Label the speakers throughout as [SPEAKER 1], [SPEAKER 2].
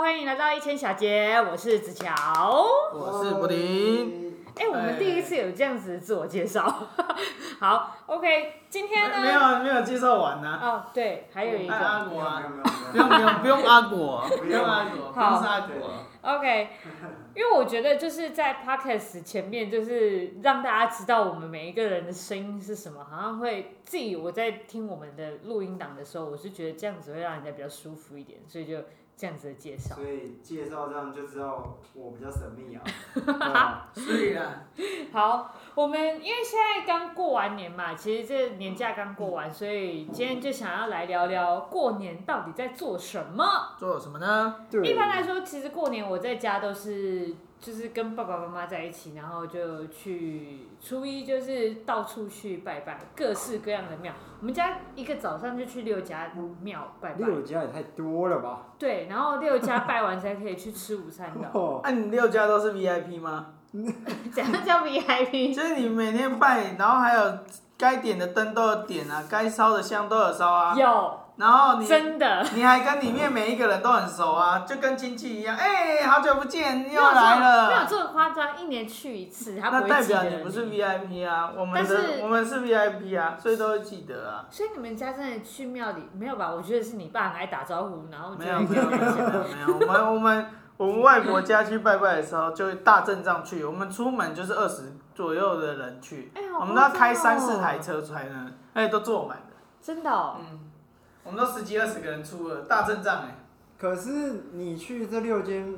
[SPEAKER 1] 欢迎来到一千小节，我是子乔。
[SPEAKER 2] 我是布丁。
[SPEAKER 1] 哎、我们第一次有这样子自我介绍， 好，OK，今天呢，
[SPEAKER 2] 没没有没有介绍完啊呢、
[SPEAKER 1] 哦，对，还有一
[SPEAKER 2] 哎
[SPEAKER 1] 个
[SPEAKER 2] 阿果啊，不
[SPEAKER 3] 没有
[SPEAKER 2] 用不
[SPEAKER 3] 没有
[SPEAKER 2] 用不用阿果，不
[SPEAKER 3] 不用
[SPEAKER 2] 用阿果，不
[SPEAKER 1] 好
[SPEAKER 2] 用是阿果。
[SPEAKER 1] OK，因 为我觉得就是在 Podcast 前面，就是让大家知道我们每一个人的声音是什么，好像会自己我在听我们的录音档的时候，我是觉得这样子会让人家比较舒服一点，所以就这样子的介绍。
[SPEAKER 3] 所以介绍这样就知道我比较神秘啊。
[SPEAKER 2] 对啦，
[SPEAKER 1] 好，我们因为现在刚过完年嘛，其实这年假刚过完，所以今天就想要来聊聊过年到底在做什么。
[SPEAKER 2] 做什么呢？
[SPEAKER 1] 一般来说，其实过年我在家都是就是跟爸爸妈妈在一起，然后就去初一就是到处去拜拜各式各样的庙。我们家一个早上就去六家庙拜拜，
[SPEAKER 4] 六家也太多了吧？，
[SPEAKER 1] 对，然后六家拜完才可以去吃午餐的
[SPEAKER 4] 哦，
[SPEAKER 2] 那、你六家都是 VIP 吗？
[SPEAKER 1] 怎样叫 VIP？
[SPEAKER 2] 就是你每天拜，然后还有该点的灯都有点啊，该烧的香都有烧啊，
[SPEAKER 1] 有，
[SPEAKER 2] 然后你
[SPEAKER 1] 真的。
[SPEAKER 2] 你还跟里面每一个人都很熟啊，就跟亲戚一样。哎、好久不见，你
[SPEAKER 1] 没
[SPEAKER 2] 又
[SPEAKER 1] 有这
[SPEAKER 2] 来
[SPEAKER 1] 么没有
[SPEAKER 2] 了。
[SPEAKER 1] 这么夸张，一年去一次，他不
[SPEAKER 2] 那
[SPEAKER 1] 会
[SPEAKER 2] 代
[SPEAKER 1] 记得
[SPEAKER 2] 表你不是 VIP 啊，我们
[SPEAKER 1] 但是
[SPEAKER 2] 的我们是 VIP 啊，所以都会记得啊。
[SPEAKER 1] 所以你们家真的去庙里没有吧？我觉得是你爸很爱打招呼，然后就
[SPEAKER 2] 没有没有没有没有，我们我们我们外婆家去拜拜的时候，就会大阵仗去。我们出门就是二十左右的人去，
[SPEAKER 1] 哎、好
[SPEAKER 2] 我们都要开
[SPEAKER 1] 夸张
[SPEAKER 2] 三
[SPEAKER 1] 哦
[SPEAKER 2] 四台，车出来呢，而且都坐满的。
[SPEAKER 1] 真的、哦。
[SPEAKER 2] 嗯，我们都十几二十个人出了，大阵仗哎、
[SPEAKER 4] 可是你去这六间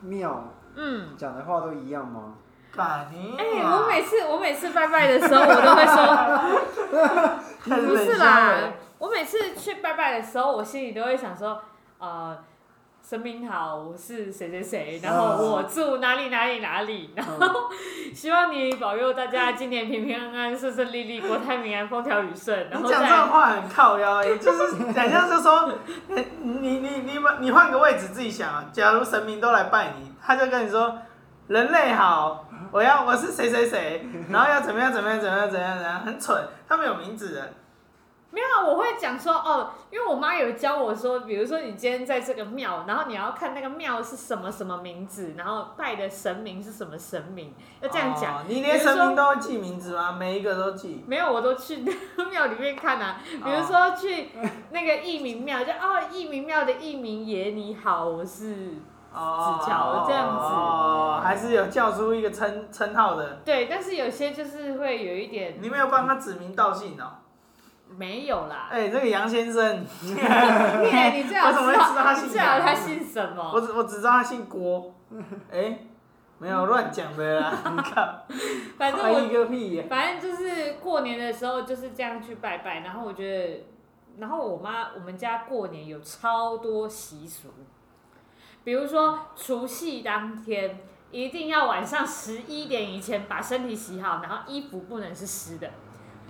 [SPEAKER 4] 庙
[SPEAKER 1] 嗯，
[SPEAKER 4] 讲的话都一样吗？
[SPEAKER 2] 干你、啊！
[SPEAKER 1] 哎、我每次我每次拜拜的时候，我都会说
[SPEAKER 2] 开始
[SPEAKER 1] 不
[SPEAKER 2] 冷
[SPEAKER 1] 是
[SPEAKER 2] 笑
[SPEAKER 1] 啦
[SPEAKER 2] 了。
[SPEAKER 1] 我每次去拜拜的时候，我心里都会想说，呃，神明好，我是谁谁谁，然后
[SPEAKER 2] 嗯
[SPEAKER 1] 我住哪里哪里哪里，然后希望你保佑大家今年平平安安、顺顺利利、国泰民安、风调雨顺。然
[SPEAKER 2] 你
[SPEAKER 1] 后
[SPEAKER 2] 讲这
[SPEAKER 1] 再
[SPEAKER 2] 种话很靠腰、 欸，就是好像是说，你你你你你换个位置自己想啊。假如神明都来拜你，他就跟你说，人类好，我要我是谁谁谁，然后要怎么样怎么样怎么样怎么样怎么样，很蠢，他们有名字的。
[SPEAKER 1] 没有啊，我会讲说哦，因为我妈有教我说，比如说你今天在这个庙，然后你要看那个庙是什么什么名字，然后拜的神明是什么神明，要这样讲。
[SPEAKER 2] 哦你连
[SPEAKER 1] 比如
[SPEAKER 2] 神
[SPEAKER 1] 说
[SPEAKER 2] 明都会记名字吗？每一个都记。
[SPEAKER 1] 没有，我都去 庙里面看啊，比如
[SPEAKER 2] 哦
[SPEAKER 1] 说去那个义民庙，就哦，义民庙的义民爷你好，我是
[SPEAKER 2] 哦，
[SPEAKER 1] 指教这样子
[SPEAKER 2] 哦，还是有叫出一个称称号的。
[SPEAKER 1] 对，但是有些就是会有一点
[SPEAKER 2] 你没有帮他指名道姓哦。
[SPEAKER 1] 没有啦。
[SPEAKER 2] 哎、这个杨先生，
[SPEAKER 1] 你你最好
[SPEAKER 2] 我怎么
[SPEAKER 1] 知
[SPEAKER 2] 会知
[SPEAKER 1] 道，
[SPEAKER 2] 道他
[SPEAKER 1] 你
[SPEAKER 2] 姓
[SPEAKER 1] 最好
[SPEAKER 2] 杨
[SPEAKER 1] 他姓什么
[SPEAKER 2] 我？只我只知道他姓郭，哎、没有乱讲的 啦，你看，
[SPEAKER 1] 反正
[SPEAKER 2] 怀
[SPEAKER 1] 哎我
[SPEAKER 2] 疑个屁呀、
[SPEAKER 1] 反正就是过年的时候就是这样去拜拜，然后我觉得，然后我妈我们家过年有超多习俗，比如说除夕当天一定要晚上十一点以前把身体洗好，然后衣服不能是湿的，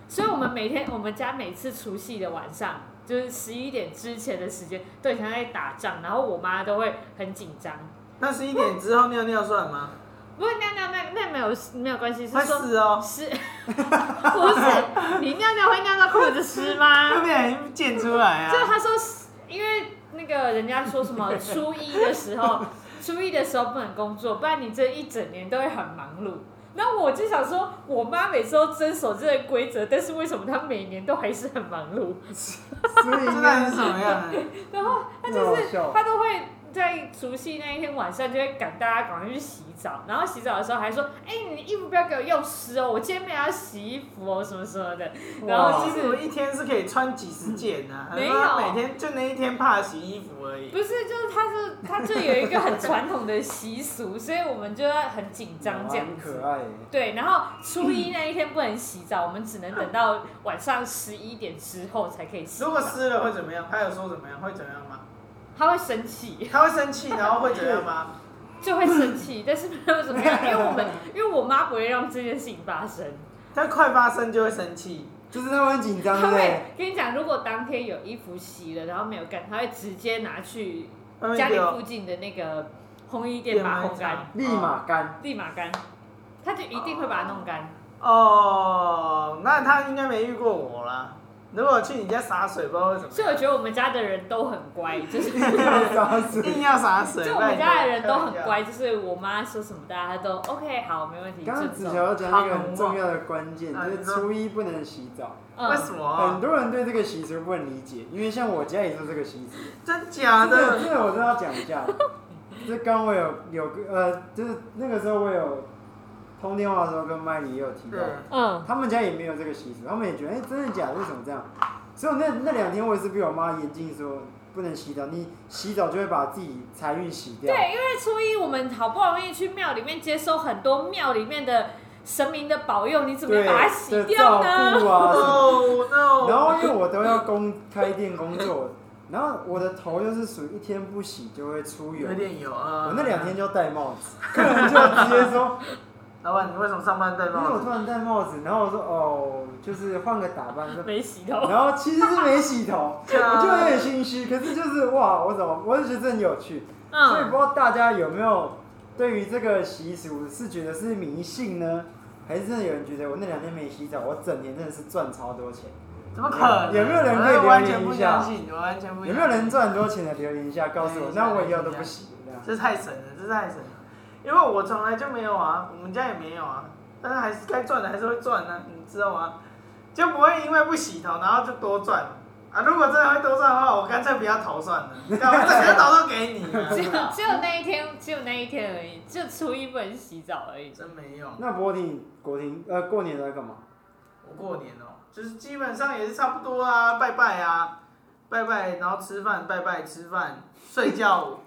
[SPEAKER 1] 所以我们每天我们家每次除夕的晚上。就是十一点之前的时间，对，像在打仗，然后我妈都会很紧张。
[SPEAKER 2] 那十一点之后尿尿算吗？
[SPEAKER 1] 不是那那那那没有没有关系，是
[SPEAKER 2] 会
[SPEAKER 1] 说
[SPEAKER 2] 死哦、
[SPEAKER 1] 是，不是？你尿尿会尿到裤子湿吗？
[SPEAKER 2] 会不小心溅出来
[SPEAKER 1] 就是
[SPEAKER 2] 啊！
[SPEAKER 1] 他说是，因为那个人家说什么初一的时候，初一的时候不能工作，不然你这一整年都会很忙碌。那我就想说，我妈每次都遵守这个规则，但是为什么她每年都还是很忙碌？
[SPEAKER 4] 所以
[SPEAKER 2] 这
[SPEAKER 4] 应
[SPEAKER 2] 到底
[SPEAKER 4] 该
[SPEAKER 2] 是什么样的？
[SPEAKER 1] 然后她
[SPEAKER 4] 那
[SPEAKER 1] 就
[SPEAKER 4] 好
[SPEAKER 1] 是
[SPEAKER 4] 笑
[SPEAKER 1] 她都会在除夕那一天晚上就会赶大家赶快去洗澡，然后洗澡的时候还说：“哎、你的衣服不要给我用湿哦，我今天没有要洗衣服哦，什么什么的。”然后
[SPEAKER 4] 哇
[SPEAKER 1] 就
[SPEAKER 2] 其
[SPEAKER 1] 是
[SPEAKER 2] 实我一天是可以穿几十件啊，
[SPEAKER 1] 没有
[SPEAKER 2] 他每天就那一天怕洗衣服而已。
[SPEAKER 1] 不是，就是他是他就有一个很传统的习俗，所以我们就要很紧张这样
[SPEAKER 4] 啊很可
[SPEAKER 1] 子。
[SPEAKER 4] 爱耶，
[SPEAKER 1] 对，然后初一那一天不能洗澡，我们只能等到晚上十一点之后才可以洗
[SPEAKER 2] 如果
[SPEAKER 1] 澡。
[SPEAKER 2] 湿了会怎么样？他有说怎么样？会怎么样吗？
[SPEAKER 1] 他会生气，
[SPEAKER 2] 他会生气，然后会怎么 样吗？
[SPEAKER 1] 就会生气，但是没有怎么样，因为 我们因为我妈不会让这件事情发生。
[SPEAKER 2] 他快发生就会生气。
[SPEAKER 4] 就是他们很紧张，对
[SPEAKER 1] 她
[SPEAKER 4] 不
[SPEAKER 1] 会哦
[SPEAKER 4] 对？
[SPEAKER 1] 跟你讲，如果当天有衣服洗了，然后没有干，她会直接拿去
[SPEAKER 2] 外面
[SPEAKER 1] 家里
[SPEAKER 2] 丢
[SPEAKER 1] 附近的那个烘衣店把它烘干，
[SPEAKER 4] 立马干，
[SPEAKER 1] 立马干，她就一定会把它弄干。
[SPEAKER 2] 哦，那他应该没遇过我啦。如果去你家洒水，不知道为什么
[SPEAKER 1] 所以我觉得我们家的人都很 乖，就是
[SPEAKER 4] 啥事？
[SPEAKER 2] 硬要洒水。
[SPEAKER 1] 就我们家的人都很乖，就是我妈说什么大家都 OK 好，没问题，
[SPEAKER 4] 刚刚子
[SPEAKER 1] 尊
[SPEAKER 4] 乔
[SPEAKER 1] 重。
[SPEAKER 4] 要讲一个很重要的关键，
[SPEAKER 2] 啊
[SPEAKER 4] 就
[SPEAKER 2] 你
[SPEAKER 4] 是
[SPEAKER 2] 说
[SPEAKER 4] 初一不能洗澡。
[SPEAKER 2] 拜托。为什
[SPEAKER 1] 嗯，
[SPEAKER 2] 么
[SPEAKER 4] 很
[SPEAKER 2] 啊？
[SPEAKER 4] 多人对这个习俗不能理解，因为像我家也是这个习 俗。
[SPEAKER 2] 真假
[SPEAKER 4] 这
[SPEAKER 2] 的？
[SPEAKER 4] 个这个我都要讲一下。这刚我有有个呃，就是那个时候我有通电话的时候跟麦里也有提到，
[SPEAKER 2] 嗯，
[SPEAKER 1] 嗯，
[SPEAKER 4] 他们家也没有这个习俗，他们也觉得哎、真的假的？为什么这样？所以我那那两天我也是被我妈严禁说不能洗澡，你洗澡就会把自己财运洗掉。
[SPEAKER 1] 对，因为初一我们好不容易去庙里面接收很多庙里面的神明的保佑，你怎么
[SPEAKER 4] 对，
[SPEAKER 1] 样把它洗
[SPEAKER 4] 这
[SPEAKER 1] 掉
[SPEAKER 4] 照
[SPEAKER 1] 呢？
[SPEAKER 4] 顾啊什么的。
[SPEAKER 2] 哦 no！
[SPEAKER 4] 然后因为我都要公开店工作，然后我的头又是属于一天不洗就会出油
[SPEAKER 2] 有，点油啊。
[SPEAKER 4] 我那两天就要戴帽 子，客人就直接说。
[SPEAKER 2] 老板，你为什么上班戴
[SPEAKER 4] 因为
[SPEAKER 2] 帽
[SPEAKER 4] 我
[SPEAKER 2] 子
[SPEAKER 4] 突？然戴帽子，然后我说哦，就是换个打扮，说
[SPEAKER 1] 没洗头，
[SPEAKER 4] 然后其实是没洗 头，
[SPEAKER 2] 啊
[SPEAKER 4] 我就有点心虚。可是就是哇，我怎么我就觉得这很有趣，所以
[SPEAKER 1] 嗯，
[SPEAKER 4] 不知道大家有没有对于这个习俗是觉得是迷信呢，还是真的有人觉得我那两天没洗澡，我整年真的是赚超多钱？
[SPEAKER 2] 怎么可能？
[SPEAKER 4] 有没有人可以
[SPEAKER 2] 我完全
[SPEAKER 4] 留
[SPEAKER 2] 不
[SPEAKER 4] 言一下
[SPEAKER 2] 相信，我完全不。
[SPEAKER 4] 有没有人？赚很多钱的留言一下告诉我，
[SPEAKER 2] 对
[SPEAKER 4] 那我以后都不洗这样。
[SPEAKER 2] 这太神了，这太神了！因为我从来就没有啊，我们家也没有啊，但是还是该赚的还是会赚啊，你知道吗？就不会因为不洗头然后就多赚啊。如果真的会多赚的话，我干脆不要投算了，对吧我整个头都给你 啊、
[SPEAKER 1] 只有只有那一天，只有那一天而已，就初一不能洗澡而已。
[SPEAKER 2] 真没有，
[SPEAKER 4] 那博婷、国婷，呃，过年都在干嘛？
[SPEAKER 2] 我过年哦、就是基本上也是差不多啊，拜拜啊，拜拜，然后吃饭，拜拜吃饭，睡觉，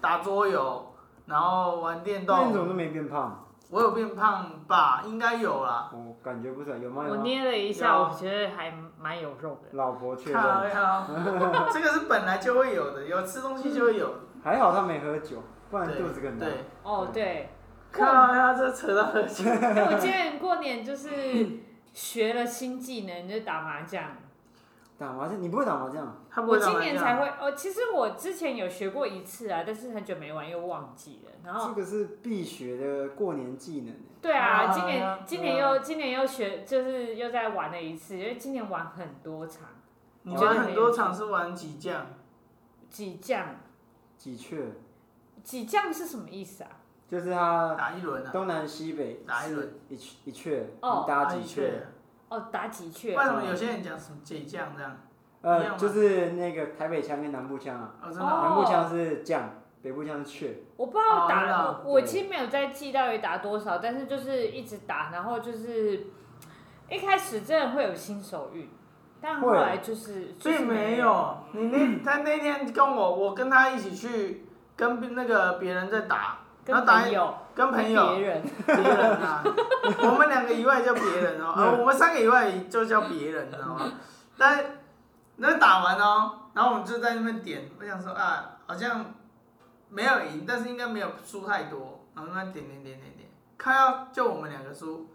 [SPEAKER 2] 打桌游，然后玩电
[SPEAKER 4] 那你怎么
[SPEAKER 2] 动。
[SPEAKER 4] 都没变胖？
[SPEAKER 2] 我有变胖吧？应该有啦。
[SPEAKER 4] 我感觉不出来，有吗？
[SPEAKER 1] 我
[SPEAKER 4] 有吗？
[SPEAKER 1] 捏了一下，
[SPEAKER 2] 有
[SPEAKER 1] 我觉得还蛮有肉的。
[SPEAKER 4] 老婆确认，
[SPEAKER 2] 靠呀， 这个是本来就会有的，有吃东西就会有。
[SPEAKER 4] 还好他没喝酒，不然
[SPEAKER 2] 对
[SPEAKER 4] 嗯肚子更大。
[SPEAKER 2] 对，
[SPEAKER 1] 哦，对，
[SPEAKER 2] 靠呀，这扯到 喝酒。
[SPEAKER 1] 因为我今年过年就是学了新技能，就是打麻将。
[SPEAKER 4] 打麻将，你不会打麻将？
[SPEAKER 2] 他不
[SPEAKER 1] 我
[SPEAKER 2] 会打麻
[SPEAKER 1] 今
[SPEAKER 2] 将
[SPEAKER 1] 年才会，哦，其实我之前有学过一次啊，但是很久没玩，又忘记了。然后，
[SPEAKER 4] 这个是必学的过年技能欸。
[SPEAKER 1] 对啊，
[SPEAKER 2] 啊
[SPEAKER 1] 今
[SPEAKER 2] 啊
[SPEAKER 1] 年今年又今年又学，就是又在玩了一次，因为今年玩很多场，
[SPEAKER 2] 你玩很多场是玩几将？
[SPEAKER 1] 几将，
[SPEAKER 4] 几雀
[SPEAKER 1] 几将是什么意思啊？
[SPEAKER 4] 就是它
[SPEAKER 2] 打一轮啊？
[SPEAKER 4] 东南西北
[SPEAKER 2] 打一轮
[SPEAKER 4] 是一雀一雀，
[SPEAKER 1] 哦
[SPEAKER 4] 你打几雀？？
[SPEAKER 1] 哦，打几雀
[SPEAKER 2] 为？什么有些人讲什么几将这样？一样
[SPEAKER 4] 呃，
[SPEAKER 2] 吗
[SPEAKER 4] 就是那个台北腔跟南部腔啊，
[SPEAKER 2] 哦，真的
[SPEAKER 1] 哦
[SPEAKER 2] 啊。
[SPEAKER 4] 南部腔是将，北部腔是雀。
[SPEAKER 1] 我不知道打
[SPEAKER 2] 哦那
[SPEAKER 1] 了，我
[SPEAKER 4] 对
[SPEAKER 1] 其实没有在记到底打多少，但是就是一直打，然后就是一开始真的会有新手运，但后
[SPEAKER 4] 会
[SPEAKER 1] 来就是就是
[SPEAKER 2] 并没。有，你那他那天跟我，我跟他一起去跟那个别人在打，然
[SPEAKER 1] 跟
[SPEAKER 2] 后打
[SPEAKER 1] 朋
[SPEAKER 2] 一
[SPEAKER 1] 友，
[SPEAKER 2] 跟朋友
[SPEAKER 1] 别人，
[SPEAKER 2] 别人 啊，我们两个以外叫别人哦、啊，
[SPEAKER 4] 嗯
[SPEAKER 2] 我们三个以外就叫别人，你知道吗？但那打完哦、然后我们就在那边点，我想说啊，好像没有赢，但是应该没有输太多，然后那边点点点点点，看到就我们两个输，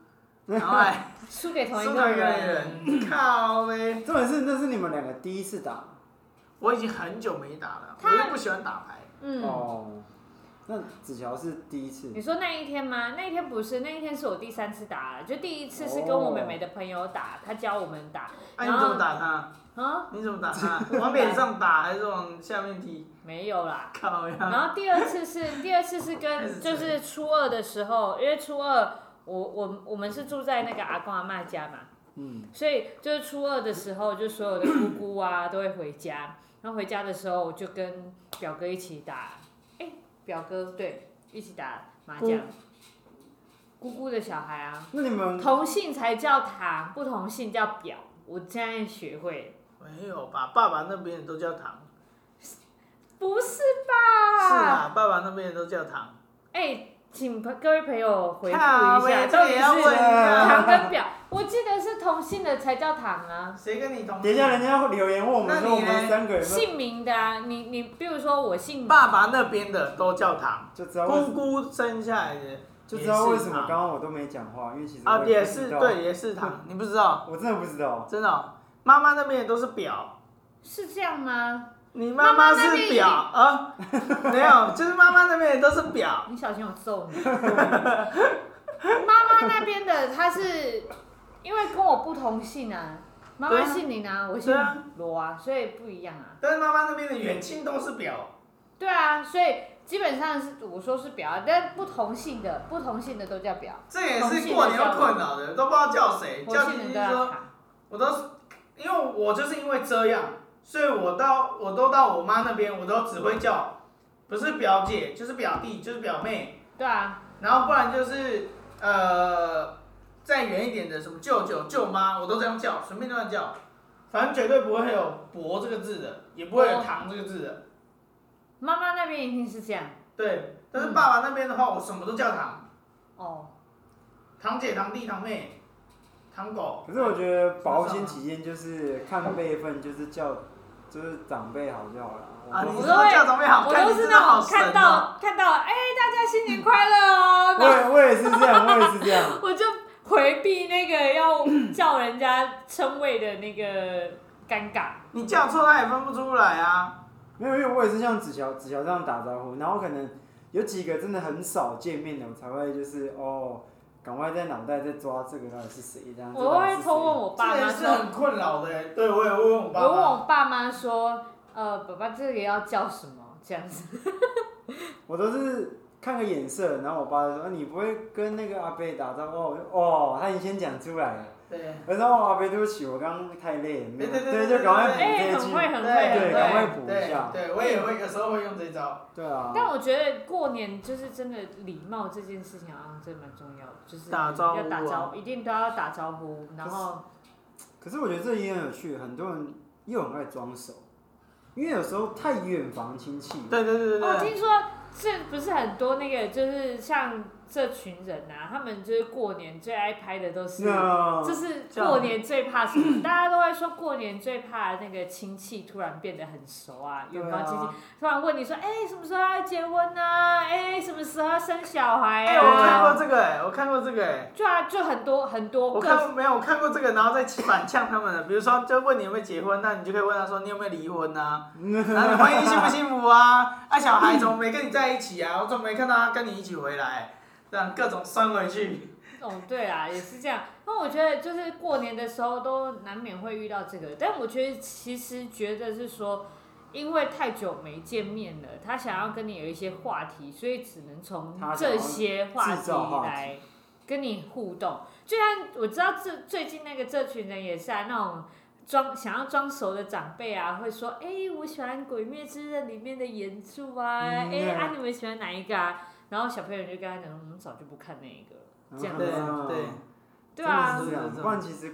[SPEAKER 2] 然后还
[SPEAKER 1] 输给 同一
[SPEAKER 2] 输
[SPEAKER 1] 个
[SPEAKER 2] 给一个
[SPEAKER 1] 人。
[SPEAKER 2] 人，靠呗！
[SPEAKER 4] 重点是那是你们两个第一次打
[SPEAKER 2] 我已经很久没打 了，
[SPEAKER 1] 他
[SPEAKER 2] 我又不喜欢打牌，
[SPEAKER 1] 嗯，
[SPEAKER 4] 哦。那子乔是第一次
[SPEAKER 1] 你说那一天吗？那一天不是，那一天是我第三次打了，就第一次是跟我妹妹的朋友打，她教我们打
[SPEAKER 2] 哎、你怎么打他？
[SPEAKER 1] 啊，
[SPEAKER 2] 你怎么 打他？往脸上打还是往下面踢？
[SPEAKER 1] 没有啦。
[SPEAKER 2] 靠呀！
[SPEAKER 1] 然后第二次 是第二次是
[SPEAKER 2] 开
[SPEAKER 1] 跟
[SPEAKER 2] 始
[SPEAKER 1] 就是初二的时候，因为初二我我我们是住在那个阿公阿妈家嘛，
[SPEAKER 4] 嗯，
[SPEAKER 1] 所以就是初二的时候，就所有的姑姑啊都会回家。然后回家的时候，我就跟表哥一起打，哎，表哥对，一起打麻将。姑姑的小孩啊，
[SPEAKER 4] 那你们
[SPEAKER 1] 同姓才叫堂，不同姓叫表。我现在学会了，
[SPEAKER 2] 没有吧？爸爸那边都叫糖。
[SPEAKER 1] 不是
[SPEAKER 2] 是
[SPEAKER 1] 吧？
[SPEAKER 2] 啊，爸爸那边都叫糖。
[SPEAKER 1] 哎、请朋各位朋友回复
[SPEAKER 2] 看
[SPEAKER 1] 一
[SPEAKER 2] 我
[SPEAKER 1] 下，
[SPEAKER 2] 也
[SPEAKER 1] 到
[SPEAKER 2] 这
[SPEAKER 1] 底
[SPEAKER 2] 也要
[SPEAKER 1] 是
[SPEAKER 2] 问啊。
[SPEAKER 1] 堂跟表？我记得是同姓的才叫堂啊，
[SPEAKER 2] 谁跟你同？
[SPEAKER 4] 等一下人家会留言问我们
[SPEAKER 2] 那
[SPEAKER 4] 说
[SPEAKER 2] 你
[SPEAKER 4] 我们
[SPEAKER 2] 嘞
[SPEAKER 4] 三个人
[SPEAKER 1] 姓名的啊。你你，比如说我姓
[SPEAKER 2] 爸爸那边的都叫糖，
[SPEAKER 4] 就知道为什么
[SPEAKER 2] 姑姑生下来的
[SPEAKER 4] 就知道为什
[SPEAKER 2] 也
[SPEAKER 4] 么
[SPEAKER 2] 是糖
[SPEAKER 4] 刚刚我都没讲话，因为其实我
[SPEAKER 2] 啊，
[SPEAKER 4] 也
[SPEAKER 2] 也
[SPEAKER 4] 不知
[SPEAKER 2] 是
[SPEAKER 4] 道，
[SPEAKER 2] 对，也是糖，你不知道，
[SPEAKER 4] 我真的不知道。
[SPEAKER 2] 真的哦。妈妈那边也都是表，
[SPEAKER 1] 是这样吗？
[SPEAKER 2] 你妈妈
[SPEAKER 1] 妈妈那
[SPEAKER 2] 是
[SPEAKER 1] 边
[SPEAKER 2] 表啊？没有，就是妈妈那边也都是表。
[SPEAKER 1] 你小心我揍你！妈妈那边的她是因为跟我不同姓啊，妈妈姓林啊，我姓
[SPEAKER 2] 对啊
[SPEAKER 1] 罗啊，所以不一样啊。
[SPEAKER 2] 但是妈妈那边的远亲都是表，
[SPEAKER 1] 对啊，所以基本上是我说是表啊，但不同姓的不同姓的都叫表，
[SPEAKER 2] 这也是过年会困扰的，都不知道叫谁，
[SPEAKER 1] 我
[SPEAKER 2] 叫
[SPEAKER 1] 姓
[SPEAKER 2] 弟
[SPEAKER 1] 林
[SPEAKER 2] 弟
[SPEAKER 1] 都要
[SPEAKER 2] 说，
[SPEAKER 1] 卡。
[SPEAKER 2] 我都是因为我就是因为这样，所以我到我都到我妈那边，我都只会叫，不是表姐就是表弟就是表妹，
[SPEAKER 1] 对啊，
[SPEAKER 2] 然后不然就是呃再远一点的什么舅舅舅妈，我都这样叫，随便乱叫，反正绝对不会有伯这个字的，也不会有
[SPEAKER 1] 伯
[SPEAKER 2] 堂这个字的，
[SPEAKER 1] 妈妈那边一定是这样
[SPEAKER 2] 对。但是爸爸那边的话，我什么都叫堂。
[SPEAKER 1] 哦。
[SPEAKER 2] 堂姐、堂弟、堂妹、堂狗。
[SPEAKER 4] 可是我觉得保
[SPEAKER 2] 啊
[SPEAKER 4] 险起见就是看辈分，就是叫就是长辈好就好了。
[SPEAKER 2] 啊，
[SPEAKER 4] 我
[SPEAKER 2] 你
[SPEAKER 4] 不
[SPEAKER 1] 我
[SPEAKER 2] 说
[SPEAKER 1] 都
[SPEAKER 4] 是
[SPEAKER 1] 会
[SPEAKER 2] 叫长辈好
[SPEAKER 1] 我
[SPEAKER 2] 看，
[SPEAKER 1] 都
[SPEAKER 2] 你
[SPEAKER 1] 是
[SPEAKER 2] 真的好
[SPEAKER 1] 那种
[SPEAKER 2] 神
[SPEAKER 1] 看
[SPEAKER 2] 哦。嗯
[SPEAKER 1] 到看到哎、大家新年快乐哦，
[SPEAKER 4] 我
[SPEAKER 1] 那
[SPEAKER 4] 也我也是这样，我也是这样。
[SPEAKER 1] 我就回避那个要叫人家称谓的那个尴尬。
[SPEAKER 2] 你叫错他也分不出来啊。
[SPEAKER 4] 没有，因为我也是像子乔子乔这样打招呼，然后可能有几个真的很少见面的，我才会就是哦，赶快在脑袋在抓这个到底是谁这
[SPEAKER 2] 嗯
[SPEAKER 4] 样。
[SPEAKER 1] 我会偷问
[SPEAKER 4] 我。
[SPEAKER 1] 我爸
[SPEAKER 2] 这也
[SPEAKER 1] 妈
[SPEAKER 2] 是
[SPEAKER 1] 说，
[SPEAKER 2] 很困扰的欸。对，我也会问我
[SPEAKER 1] 我
[SPEAKER 2] 爸
[SPEAKER 1] 问
[SPEAKER 2] 妈。
[SPEAKER 1] 我爸妈说，呃，爸爸这个要叫什么？这样子，
[SPEAKER 4] 我都是看个眼色，然后我爸就说、啊你不会跟那个阿贝打招呼哦？我就哦，他已经先讲出来了。
[SPEAKER 2] 对，
[SPEAKER 4] 我说哦，阿贝，对不起，我刚刚太累了。没有
[SPEAKER 2] 对对对对
[SPEAKER 4] 就赶快补
[SPEAKER 1] 哎、
[SPEAKER 4] 这一
[SPEAKER 1] 很
[SPEAKER 4] 句。
[SPEAKER 1] 会，很会，
[SPEAKER 2] 对
[SPEAKER 1] 很
[SPEAKER 4] 赶快
[SPEAKER 1] 会。
[SPEAKER 4] 补一
[SPEAKER 2] 对
[SPEAKER 4] 下。
[SPEAKER 2] 对，我也会有时候会用这招。
[SPEAKER 4] 对啊。
[SPEAKER 1] 但我觉得过年就是真的礼貌这件事情，好像真的蛮重要的，就是
[SPEAKER 2] 打招呼啊
[SPEAKER 1] 要打招呼，一定都要打招呼，然后
[SPEAKER 4] 可是我觉得这也很有趣，很多人又很爱装熟，因为有时候太远房亲戚。
[SPEAKER 2] 对对对对
[SPEAKER 1] 我
[SPEAKER 2] 对。
[SPEAKER 1] 哦听说这不是很多那个，就是像这群人啊，他们就是过年最爱拍的都是，
[SPEAKER 4] 那
[SPEAKER 1] 就是过年最怕什么？哦 大家都会说过年最怕那个亲戚突然变得很熟啊，
[SPEAKER 4] 对
[SPEAKER 1] 远方
[SPEAKER 4] 啊
[SPEAKER 1] 亲戚突然问你说，哎、什么时候要结婚啊？哎、什么时候要生小孩
[SPEAKER 2] 哎，我看
[SPEAKER 1] 啊？
[SPEAKER 2] 过这个哎，我看过这个哎。
[SPEAKER 1] 对啊，就很多很多
[SPEAKER 2] 我
[SPEAKER 1] 各
[SPEAKER 2] 看过没有？我看过这个，然后再反呛他们的。比如说，就问你有没有结婚，那你就可以问他说你有没有离婚 啊？然后你婚姻幸不幸福啊？啊，小孩怎么没跟你在一起啊？我怎么没看到他跟你一起回来？这样各种酸回去。
[SPEAKER 1] 哦，对啊，也是这样。那我觉得就是过年的时候都难免会遇到这个，但我觉得其实觉得是说，因为太久没见面了，他想要跟你有一些话题，所以只能从
[SPEAKER 4] 他想要
[SPEAKER 1] 这些话
[SPEAKER 4] 制
[SPEAKER 1] 题
[SPEAKER 4] 造话题
[SPEAKER 1] 来跟你互动。就像我知道这最近那个这群人也是啊，那种。装想要装熟的长辈啊，会说：“哎、我喜欢《鬼灭之刃》里面的岩柱啊，哎、
[SPEAKER 4] 嗯对
[SPEAKER 1] 啊，你们喜欢哪一个啊？”然后小朋友就跟他讲：“我们早就不看那一个了。”这样
[SPEAKER 2] 对
[SPEAKER 1] 子
[SPEAKER 2] 对。
[SPEAKER 1] 对啊
[SPEAKER 4] 真的，是这
[SPEAKER 2] 是
[SPEAKER 4] 样，
[SPEAKER 2] 这种
[SPEAKER 4] 不然其实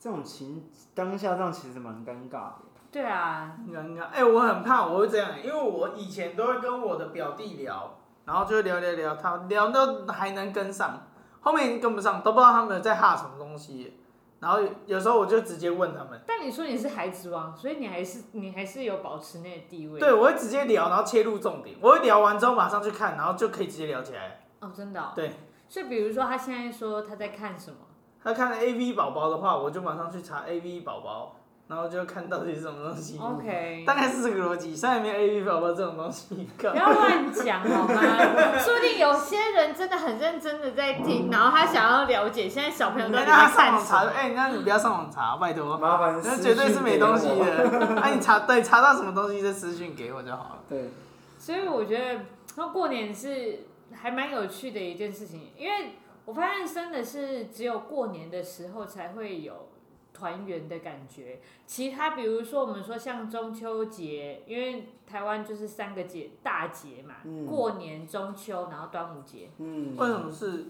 [SPEAKER 4] 这种情当下这样其实蛮尴尬的。
[SPEAKER 1] 对啊，
[SPEAKER 2] 尴尬，哎、我很怕我会这样、因为我以前都会跟我的表弟聊，然后就聊聊聊，他聊到还能跟上，后面跟不上，都不知道他们在哈什么东西。然后有有时候我就直接问他们，
[SPEAKER 1] 但你说你是孩子王，所以你还是你还是有保持那个地位。
[SPEAKER 2] 对我会直接聊，然后切入重点，我会聊完之后马上去看，然后就可以直接聊起来。
[SPEAKER 1] 哦，真的、哦。
[SPEAKER 2] 对。
[SPEAKER 1] 所以比如说他现在说他在看什么，
[SPEAKER 2] 他看了 A V 宝宝的话，我就马上去查 A V 宝宝，然后就看到底是什么东
[SPEAKER 4] 嗯
[SPEAKER 2] 西。
[SPEAKER 1] 哦 OK，
[SPEAKER 2] 大概是这个逻辑，虽然没有 A V 宝宝这种东西，可
[SPEAKER 1] 不要乱讲好吗？ 说不定有些人真的很认真的在听，然后他想要了解现在小朋友到
[SPEAKER 2] 那
[SPEAKER 1] 底
[SPEAKER 2] 他
[SPEAKER 1] 在
[SPEAKER 2] 上
[SPEAKER 1] 看
[SPEAKER 2] 网
[SPEAKER 1] 什
[SPEAKER 2] 查，
[SPEAKER 1] 么。
[SPEAKER 2] 哎、那你不要上网查，拜托。
[SPEAKER 4] 麻烦
[SPEAKER 2] 那
[SPEAKER 4] 私
[SPEAKER 2] 绝对是没东西
[SPEAKER 4] 讯给我。
[SPEAKER 2] 的。哎、你查对查到什么东西再私信给我就好了。
[SPEAKER 4] 对，
[SPEAKER 1] 所以我觉得，那过年是还蛮有趣的一件事情，因为我发现真的是只有过年的时候才会有团圆的感觉。其他比如说我们说像中秋节，因为台湾就是三个节大节嘛，
[SPEAKER 4] 嗯
[SPEAKER 1] 过年、中秋，然后端午节。
[SPEAKER 4] 嗯，
[SPEAKER 2] 为什么是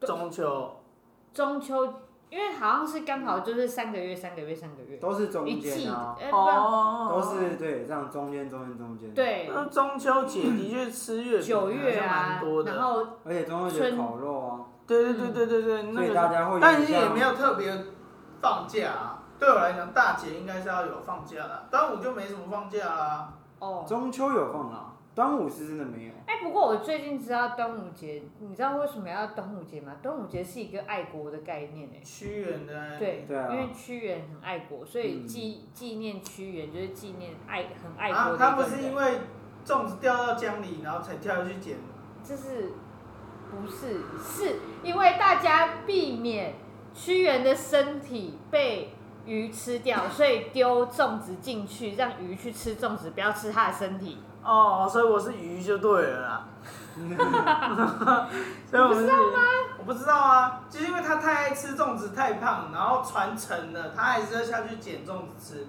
[SPEAKER 2] 中秋？
[SPEAKER 1] 中秋因为好像是刚好就是三个月、三个月、三个月
[SPEAKER 4] 都是
[SPEAKER 1] 一
[SPEAKER 4] 中
[SPEAKER 1] 季
[SPEAKER 4] 间啊，，
[SPEAKER 1] 哎、
[SPEAKER 2] 哦，
[SPEAKER 4] 都是对这样中间中间中间。
[SPEAKER 1] 不，对
[SPEAKER 2] 那中秋节的确吃月饼
[SPEAKER 1] 九月
[SPEAKER 2] 哦好像蛮
[SPEAKER 1] 啊
[SPEAKER 2] 多，
[SPEAKER 1] 然
[SPEAKER 2] 的。
[SPEAKER 1] 后
[SPEAKER 4] 而且中秋节烤肉啊，
[SPEAKER 2] 对对对对对对，
[SPEAKER 4] 所
[SPEAKER 2] 那
[SPEAKER 4] 以
[SPEAKER 2] 个
[SPEAKER 4] 大家会
[SPEAKER 2] 但
[SPEAKER 4] 有
[SPEAKER 2] 是也
[SPEAKER 4] 像
[SPEAKER 2] 没有特别放假啊。对我来讲，大节应该是要有放假的，端午就没什么放假啊啦。
[SPEAKER 1] 哦，
[SPEAKER 4] 中秋有放啊，端午是真的没有。
[SPEAKER 1] 哎、不过我最近知道端午节，你知道为什么要端午节吗？端午节是一个爱国的概念哎、
[SPEAKER 2] 屈原的欸
[SPEAKER 1] 对，
[SPEAKER 4] 对啊
[SPEAKER 1] 因为屈原很爱国，所
[SPEAKER 2] 嗯
[SPEAKER 1] 以纪纪、念屈原就是纪念爱很爱
[SPEAKER 2] 啊
[SPEAKER 1] 国的、，
[SPEAKER 2] 他不是因，为粽子掉到江里，然后才跳下去捡。
[SPEAKER 1] 这是不是是因为大家避免屈原的身体被鱼吃掉，所以丢粽子进去，让鱼去吃粽子，不要吃它的身体。
[SPEAKER 2] 哦，所以我是鱼就对了 啦。所以我们是，我不知道啊，就是因为他太爱吃粽子，太胖，然后传承了，他还是要下去捡粽子吃。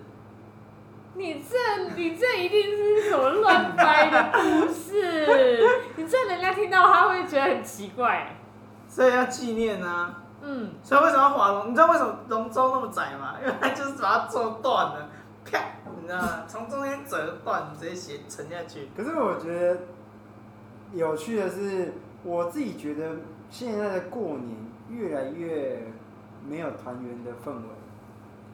[SPEAKER 1] 你这你这一定是什么乱掰的故事？你这人家听到他会觉得很奇怪。
[SPEAKER 2] 所以要纪念啊。
[SPEAKER 1] 嗯，
[SPEAKER 2] 所以为什么要划龙？你知道为什么龙舟那么窄吗？ 因为它就是把它做断了，啪，你知道吗？从中间折断，直接斜沉下去。
[SPEAKER 4] 可是我觉得有趣的是，我自己觉得现在的过年越来越没有团圆的氛围，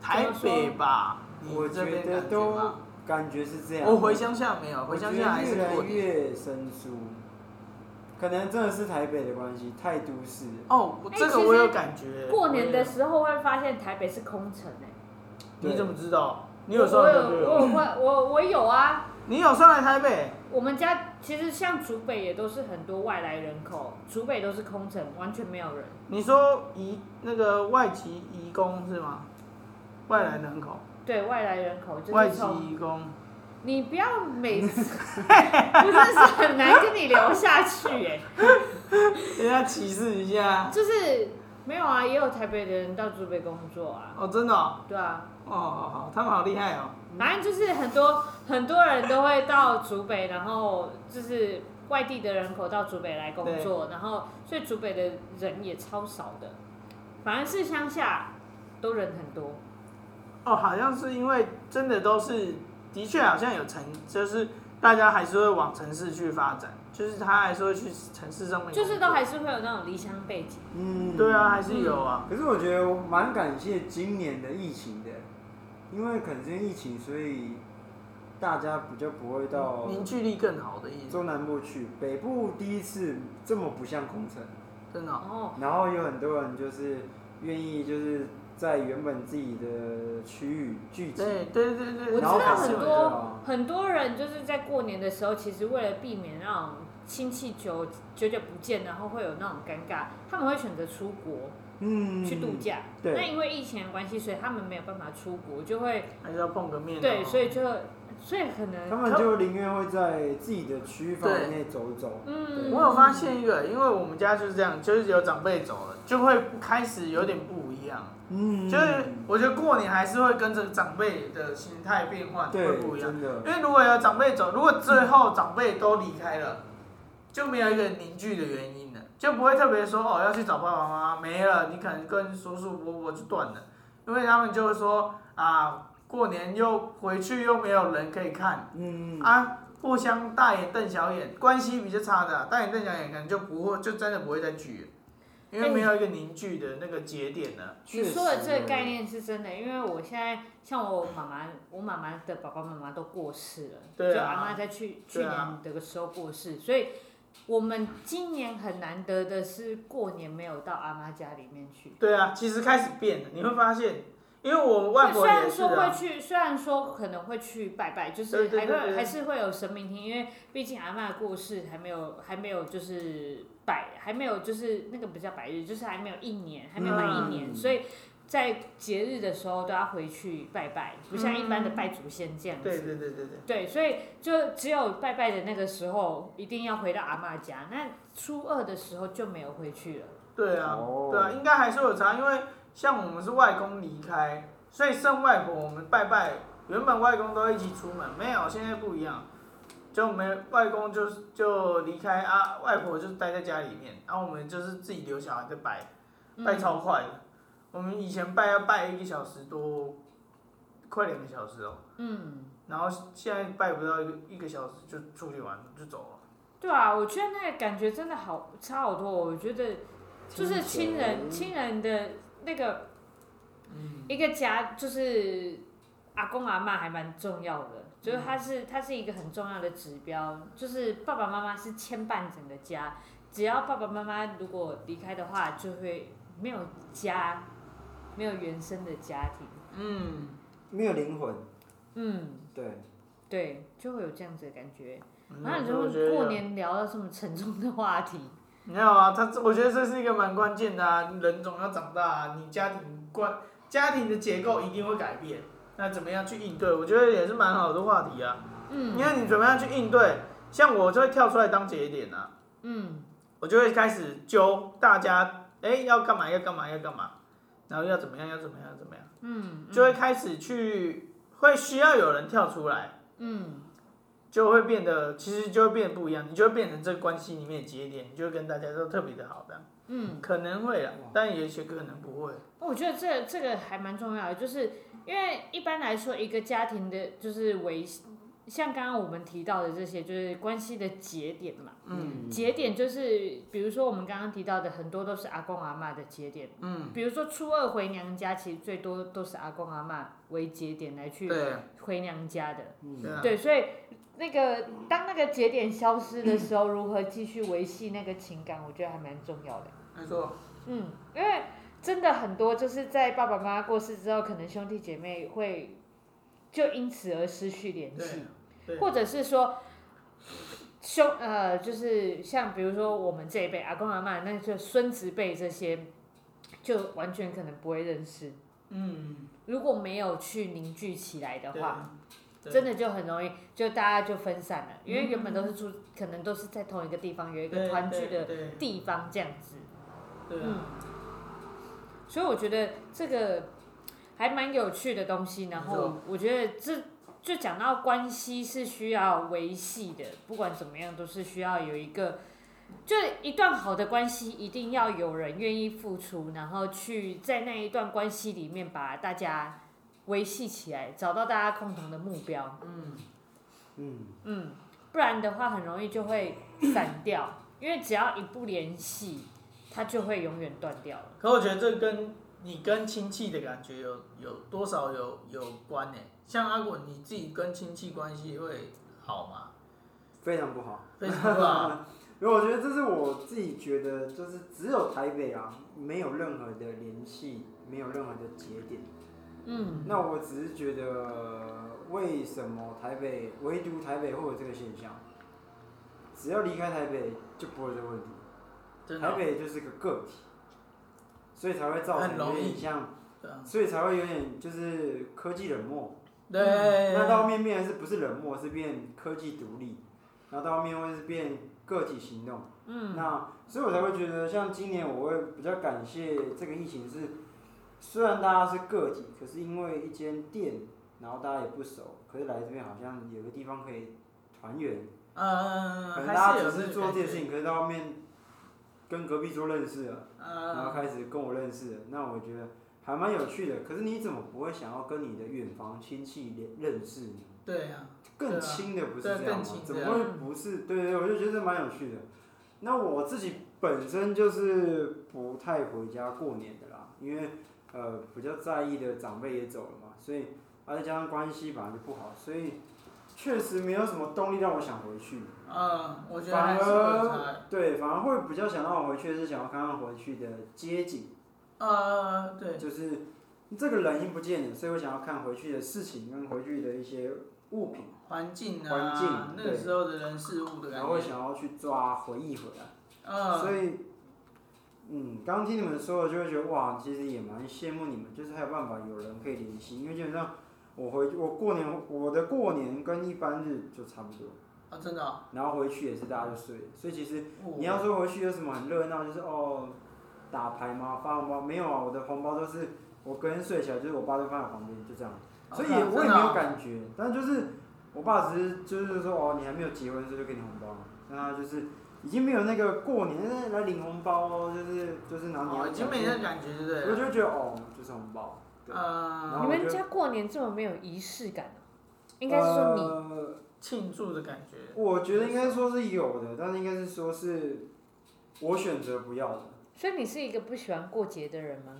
[SPEAKER 2] 台北吧，
[SPEAKER 4] 我
[SPEAKER 2] 你这
[SPEAKER 4] 觉
[SPEAKER 2] 边
[SPEAKER 4] 得
[SPEAKER 2] 感觉
[SPEAKER 4] 都
[SPEAKER 2] 吧
[SPEAKER 4] 感觉是这样。
[SPEAKER 2] 我回乡下没有，
[SPEAKER 4] 我
[SPEAKER 2] 回
[SPEAKER 4] 觉
[SPEAKER 2] 乡
[SPEAKER 4] 得
[SPEAKER 2] 下还是
[SPEAKER 4] 越来
[SPEAKER 2] 过年。
[SPEAKER 4] 越生疏，可能真的是台北的关系，太都市了。
[SPEAKER 2] 哦，我
[SPEAKER 1] 哎
[SPEAKER 2] 这个
[SPEAKER 1] 其
[SPEAKER 2] 我
[SPEAKER 1] 实
[SPEAKER 2] 有感觉。
[SPEAKER 1] 过年的时候会发现台北是空城哎、
[SPEAKER 2] 你怎么知道？你
[SPEAKER 1] 我
[SPEAKER 2] 有时候来台
[SPEAKER 1] 有我
[SPEAKER 2] 北哦
[SPEAKER 1] 有会我我有啊，
[SPEAKER 2] 你有时候来台北？
[SPEAKER 1] 我们家其实像竹北也都是很多外来人口，竹北都是空城，完全没有人。
[SPEAKER 2] 你说移那个外籍移工是吗？外来人口，
[SPEAKER 1] 对外来人口就
[SPEAKER 2] 外
[SPEAKER 1] 是哦
[SPEAKER 2] 籍
[SPEAKER 1] 从
[SPEAKER 2] 移工。
[SPEAKER 1] 你不要每 次，我真的是很难跟你聊下去哎、
[SPEAKER 2] 人家歧视一下。
[SPEAKER 1] 就是没有啊，也有台北的人到竹北工作啊，
[SPEAKER 2] 哦，真的哦，
[SPEAKER 1] 对啊，
[SPEAKER 2] 哦，好好，他们好厉害哦。
[SPEAKER 1] 反正就是很多很多人都会到竹北，然后就是外地的人口到竹北来工作，然后所以竹北的人也超少的，反而是乡下都人很多。
[SPEAKER 2] 哦，好像是因为真的都是，的确好像有城，就是大家还是会往城市去发展，就是他还是会去城市上面工作，
[SPEAKER 1] 就是都还是会有那种离乡背景。
[SPEAKER 4] 嗯，
[SPEAKER 2] 对啊，。还是有啊。
[SPEAKER 4] 可是我觉得我蛮感谢今年的疫情的，因为可能是因为疫情，所以大家比较不会到
[SPEAKER 2] 凝聚力更好的意思，
[SPEAKER 4] 中南部去，北部第一次这么不像空城，
[SPEAKER 2] 真的哦、
[SPEAKER 1] 哦，
[SPEAKER 4] 然后有很多人就是愿意就是在原本自己的区域聚集，
[SPEAKER 2] 对对对
[SPEAKER 1] 我
[SPEAKER 2] 对，
[SPEAKER 1] 知
[SPEAKER 4] 然后
[SPEAKER 1] 道
[SPEAKER 4] 感
[SPEAKER 1] 很
[SPEAKER 4] 受得
[SPEAKER 1] 多
[SPEAKER 4] 到。
[SPEAKER 1] 很多人就是在过年的时候，其实为了避免那种亲戚久久久不见，然后会有那种尴尬，他们会选择出国
[SPEAKER 4] 嗯，
[SPEAKER 1] 去度假。
[SPEAKER 4] 对
[SPEAKER 1] 那因为疫情的关系，所以他们没有办法出国，就会
[SPEAKER 2] 还是要碰个面、哦。
[SPEAKER 1] 对，所以就所以可
[SPEAKER 4] 他
[SPEAKER 1] 能
[SPEAKER 4] 们就宁愿会在自己的区域范围内走一走。
[SPEAKER 1] 嗯，
[SPEAKER 2] 我有发现一个，因为我们家就是这样，就是有长辈走了，就会开始有点不一样。
[SPEAKER 4] 嗯，
[SPEAKER 2] 就是我觉得过年还是会跟着长辈的心态变换会不
[SPEAKER 4] 对，
[SPEAKER 2] 一样，
[SPEAKER 4] 真的
[SPEAKER 2] 因，为如果有长辈走，如果最后长辈都离开了，就没有一个凝聚的原因了，就不会特别说哦要去找爸爸妈妈没了，你可能跟叔叔伯伯就断了，因为他们就会说啊过年又回去又没有人可以看，
[SPEAKER 4] 嗯，
[SPEAKER 2] 啊，互相大眼瞪小眼，关系比较差的、啊，大眼瞪小眼可能就不会，就真的不会再聚了，因为没有一个凝聚的那个节点了。
[SPEAKER 1] 你
[SPEAKER 4] 确实
[SPEAKER 1] 说的这个
[SPEAKER 2] 嗯
[SPEAKER 1] 概，念是真的，因为我现在像我妈妈，我妈妈的爸爸妈妈都过世了，
[SPEAKER 2] 对啊
[SPEAKER 1] 就阿妈在去去
[SPEAKER 2] 对
[SPEAKER 1] 年
[SPEAKER 2] 啊
[SPEAKER 1] 的时候过世，所以我们今年很难得的是过年没有到阿妈家里面去。
[SPEAKER 2] 对啊，其实开始变了，你会发现，因为我外
[SPEAKER 1] 虽
[SPEAKER 2] 婆也
[SPEAKER 1] 然
[SPEAKER 2] 是
[SPEAKER 1] 说会
[SPEAKER 2] 啊，
[SPEAKER 1] 去，虽然说可能会去拜拜，就是
[SPEAKER 2] 对对
[SPEAKER 1] 还会
[SPEAKER 2] 对对
[SPEAKER 1] 还是会有神明厅，因为毕竟阿妈过世还没有还没有就是百还没有就是那个不叫百日，就是还没有一年还没有满一年，
[SPEAKER 4] 嗯
[SPEAKER 1] 所以在节日的时候都要回去拜拜，不像一般的拜祖先这样子。
[SPEAKER 2] 对对对对对，
[SPEAKER 1] 对，所以就只有拜拜的那个时候，一定要回到阿妈家。那初二的时候就没有回去了。
[SPEAKER 2] 对啊，
[SPEAKER 4] 哦
[SPEAKER 2] 对啊，应该还是有差，因为像我们是外公离开，所以剩外婆我们拜拜，原本外公都一起出门，没有，现在不一样。就没外公就就离开啊，外婆就待在家里面，然、后我们就是自己留小孩在拜，拜
[SPEAKER 1] 嗯，
[SPEAKER 2] 超快的。我们以前拜要拜一个小时多，快两个小时哦。
[SPEAKER 1] 嗯，
[SPEAKER 2] 然后现在拜不到一个一个小时就出去玩就走了。
[SPEAKER 1] 对啊，我觉得那个感觉真的好差好多哦。我觉得就是亲人
[SPEAKER 4] 亲
[SPEAKER 1] 亲人的那个
[SPEAKER 2] 嗯，
[SPEAKER 1] 一个家，就是阿公阿妈还蛮重要的，就是他是
[SPEAKER 2] 嗯
[SPEAKER 1] 他是一个很重要的指标，就是爸爸妈妈是牵绊整个家，只要爸爸妈妈如果离开的话，就会没有家，没有原生的家庭，
[SPEAKER 2] 嗯，
[SPEAKER 4] 没有灵魂，
[SPEAKER 1] 嗯，
[SPEAKER 4] 对，
[SPEAKER 1] 对，就会有这样子的感觉。然后
[SPEAKER 2] 嗯
[SPEAKER 1] 你
[SPEAKER 2] 我觉
[SPEAKER 1] 就
[SPEAKER 2] 得
[SPEAKER 1] 过
[SPEAKER 2] 有
[SPEAKER 1] 年聊到这么沉重的话题，
[SPEAKER 2] 没有啊，他这我觉得这是一个蛮关键的啊，人总要长大啊，你家庭关家庭的结构一定会改变。那怎么样去应对？我觉得也是蛮好的话题啊。因
[SPEAKER 1] 嗯
[SPEAKER 2] 为你怎么样去应对？像我就会跳出来当节点啊，
[SPEAKER 1] 嗯，
[SPEAKER 2] 我就会开始揪大家，哎、要干嘛要干嘛要干嘛，然后要怎么样要怎么样要怎么样，
[SPEAKER 1] 嗯，
[SPEAKER 2] 就会开始去，会需要有人跳出来，
[SPEAKER 1] 嗯
[SPEAKER 2] 就会变得其实就会变得不一样，你就会变成这个关系里面的节点，你就会跟大家都特别的好的，
[SPEAKER 1] 嗯，
[SPEAKER 2] 可能会啊
[SPEAKER 4] 哇，
[SPEAKER 2] 但也许可能不会。
[SPEAKER 1] 哦我觉得这这个还蛮重要的，就是因为一般来说一个家庭的就是维，像刚刚我们提到的这些，就是关系的节点嘛。
[SPEAKER 2] 嗯
[SPEAKER 1] 节点就是，比如说我们刚刚提到的，很多都是阿公阿妈的节点。
[SPEAKER 2] 嗯，
[SPEAKER 1] 比如说初二回娘家，其实最多都是阿公阿妈为节点来去
[SPEAKER 2] 对啊，
[SPEAKER 1] 回娘家的。
[SPEAKER 4] 嗯
[SPEAKER 2] 对啊，
[SPEAKER 1] 对，所以那个当那个节点消失的时候，如何继续维系那个情感，我觉得还蛮重要的。
[SPEAKER 2] 没错，
[SPEAKER 1] 嗯，因为真的很多就是在爸爸妈妈过世之后，可能兄弟姐妹会就因此而失去联系，
[SPEAKER 2] 对
[SPEAKER 1] 或者是说兄呃，就是像比如说我们这一辈阿公阿嬷，那就孙子辈这些，就完全可能不会认识。
[SPEAKER 2] 嗯，
[SPEAKER 1] 如果没有去凝聚起来的
[SPEAKER 2] 对
[SPEAKER 1] 话，
[SPEAKER 2] 对
[SPEAKER 1] 真的就很容易，就大家就分散了，因为原本都是住，可能都是在同一个地方，有一个
[SPEAKER 2] 嗯对
[SPEAKER 1] 团聚
[SPEAKER 2] 对
[SPEAKER 1] 的
[SPEAKER 2] 对
[SPEAKER 1] 地方这样子。
[SPEAKER 2] 对啊
[SPEAKER 1] 嗯，所以我觉得这个还蛮有趣的东西。然
[SPEAKER 2] 没
[SPEAKER 1] 后
[SPEAKER 2] 错
[SPEAKER 1] 我觉得这就讲到关系是需要维系的，不管怎么样都是需要有一个，就一段好的关系一定要有人愿意付出，然后去在那一段关系里面把大家维系起来，找到大家共同的目标。
[SPEAKER 2] 嗯，
[SPEAKER 4] 嗯，
[SPEAKER 1] 嗯，不然的话很容易就会散掉，因为只要一不联系，它就会永远断掉了。
[SPEAKER 2] 可我觉得这跟你跟亲戚的感觉有有多少有有关呢、像阿果，你自己跟亲戚关系会好吗？啊
[SPEAKER 4] 非常不好。
[SPEAKER 2] 非常不 好。
[SPEAKER 4] 因为我觉得这是我自己觉得，就是只有台北啊，没有任何的联系，没有任何的节点。
[SPEAKER 1] 嗯
[SPEAKER 4] 那我只是觉得，为什么台北唯独台北会有这个现象？只要离开台北，就不会有这个问题。
[SPEAKER 2] 真的
[SPEAKER 4] 台
[SPEAKER 2] 哦，
[SPEAKER 4] 北就是个个体，所以才会造成
[SPEAKER 2] 很
[SPEAKER 4] 有
[SPEAKER 2] 容易
[SPEAKER 4] 点像，
[SPEAKER 2] 对啊
[SPEAKER 4] 所以才会有点就是科技冷漠。
[SPEAKER 2] 对，
[SPEAKER 4] 嗯那到后面变成是不是冷漠，是变科技独立，然后到后面会是变个体行动。
[SPEAKER 1] 嗯
[SPEAKER 4] 那所以我才会觉得，像今年我会比较感谢这个疫情是，虽然大家是个体，可是因为一间店，然后大家也不熟，可是来这边好像有个地方可以团圆，
[SPEAKER 2] 嗯，
[SPEAKER 4] 可能大
[SPEAKER 2] 还
[SPEAKER 4] 家
[SPEAKER 2] 是有
[SPEAKER 4] 只
[SPEAKER 2] 这
[SPEAKER 4] 是
[SPEAKER 2] 个
[SPEAKER 4] 做这件
[SPEAKER 2] 感觉
[SPEAKER 4] 事，情，可是到后面跟隔壁桌认识了，然后
[SPEAKER 2] 嗯，
[SPEAKER 4] 开始跟我认识了，那我觉得还蛮有趣的。可是你怎么不会想要跟你的远房亲戚连认识呢？
[SPEAKER 2] 对啊，
[SPEAKER 4] 更亲的不是这
[SPEAKER 2] 对
[SPEAKER 4] 样
[SPEAKER 2] 更
[SPEAKER 4] 吗
[SPEAKER 2] 亲？
[SPEAKER 4] 怎么
[SPEAKER 2] 对啊
[SPEAKER 4] 会不是？对对，我就觉得这蛮有趣的。那我自己本身就是不太回家过年的啦，因为呃比较在意的长辈也走了嘛，所以啊再加上关系本来就不好，所以确实没有什么动力让我想回去。
[SPEAKER 2] 嗯，我觉得还
[SPEAKER 4] 反
[SPEAKER 2] 是有差
[SPEAKER 4] 而对，反而会比较想让我回去，是想要看看回去的街景，
[SPEAKER 2] 呃，对，
[SPEAKER 4] 就是这个人已经不见了，所以我想要看回去的事情跟回去的一些物品。
[SPEAKER 2] 环境啊，
[SPEAKER 4] 环境
[SPEAKER 2] 那个
[SPEAKER 4] 对
[SPEAKER 2] 时候的人事物的感
[SPEAKER 4] 然后会
[SPEAKER 2] 觉，
[SPEAKER 4] 想要去抓回忆回来。所
[SPEAKER 2] 嗯，
[SPEAKER 4] 以，嗯，刚刚听你们说的，就会觉得哇，其实也蛮羡慕你们，就是还有办法有人可以联系，因为基本上我回我过年我的过年跟一般日就差不多，
[SPEAKER 2] 啊，真的哦，
[SPEAKER 4] 然后回去也是大家就睡了，所以其实
[SPEAKER 2] 我
[SPEAKER 4] 你要说回去有什么很热闹，就是哦，打牌吗？发红包没有啊？我的红包都是我隔天睡起来，就是我爸就放在旁边，就这样。所以也
[SPEAKER 2] 啊真的
[SPEAKER 4] 我也没有
[SPEAKER 2] 哦
[SPEAKER 4] 感觉，但就是我爸只是就是说哦，你还没有结婚，所以就给你红包，那就是已经没有那个过年哎来领红包哦，就是就是拿你要
[SPEAKER 2] 哦，已经没那感觉，对不
[SPEAKER 4] 啊我
[SPEAKER 2] 对？
[SPEAKER 4] 就觉得哦，就是红包，对然
[SPEAKER 2] 嗯，
[SPEAKER 1] 你
[SPEAKER 4] 后我
[SPEAKER 1] 们
[SPEAKER 4] 就
[SPEAKER 1] 家过年这么没有仪式感啊？应该是说你，
[SPEAKER 4] 呃
[SPEAKER 2] 庆祝的感觉，
[SPEAKER 4] 我觉得应该说是有的，但是应该是说是我选择不要的。
[SPEAKER 1] 所以你是一个不喜欢过节的人吗？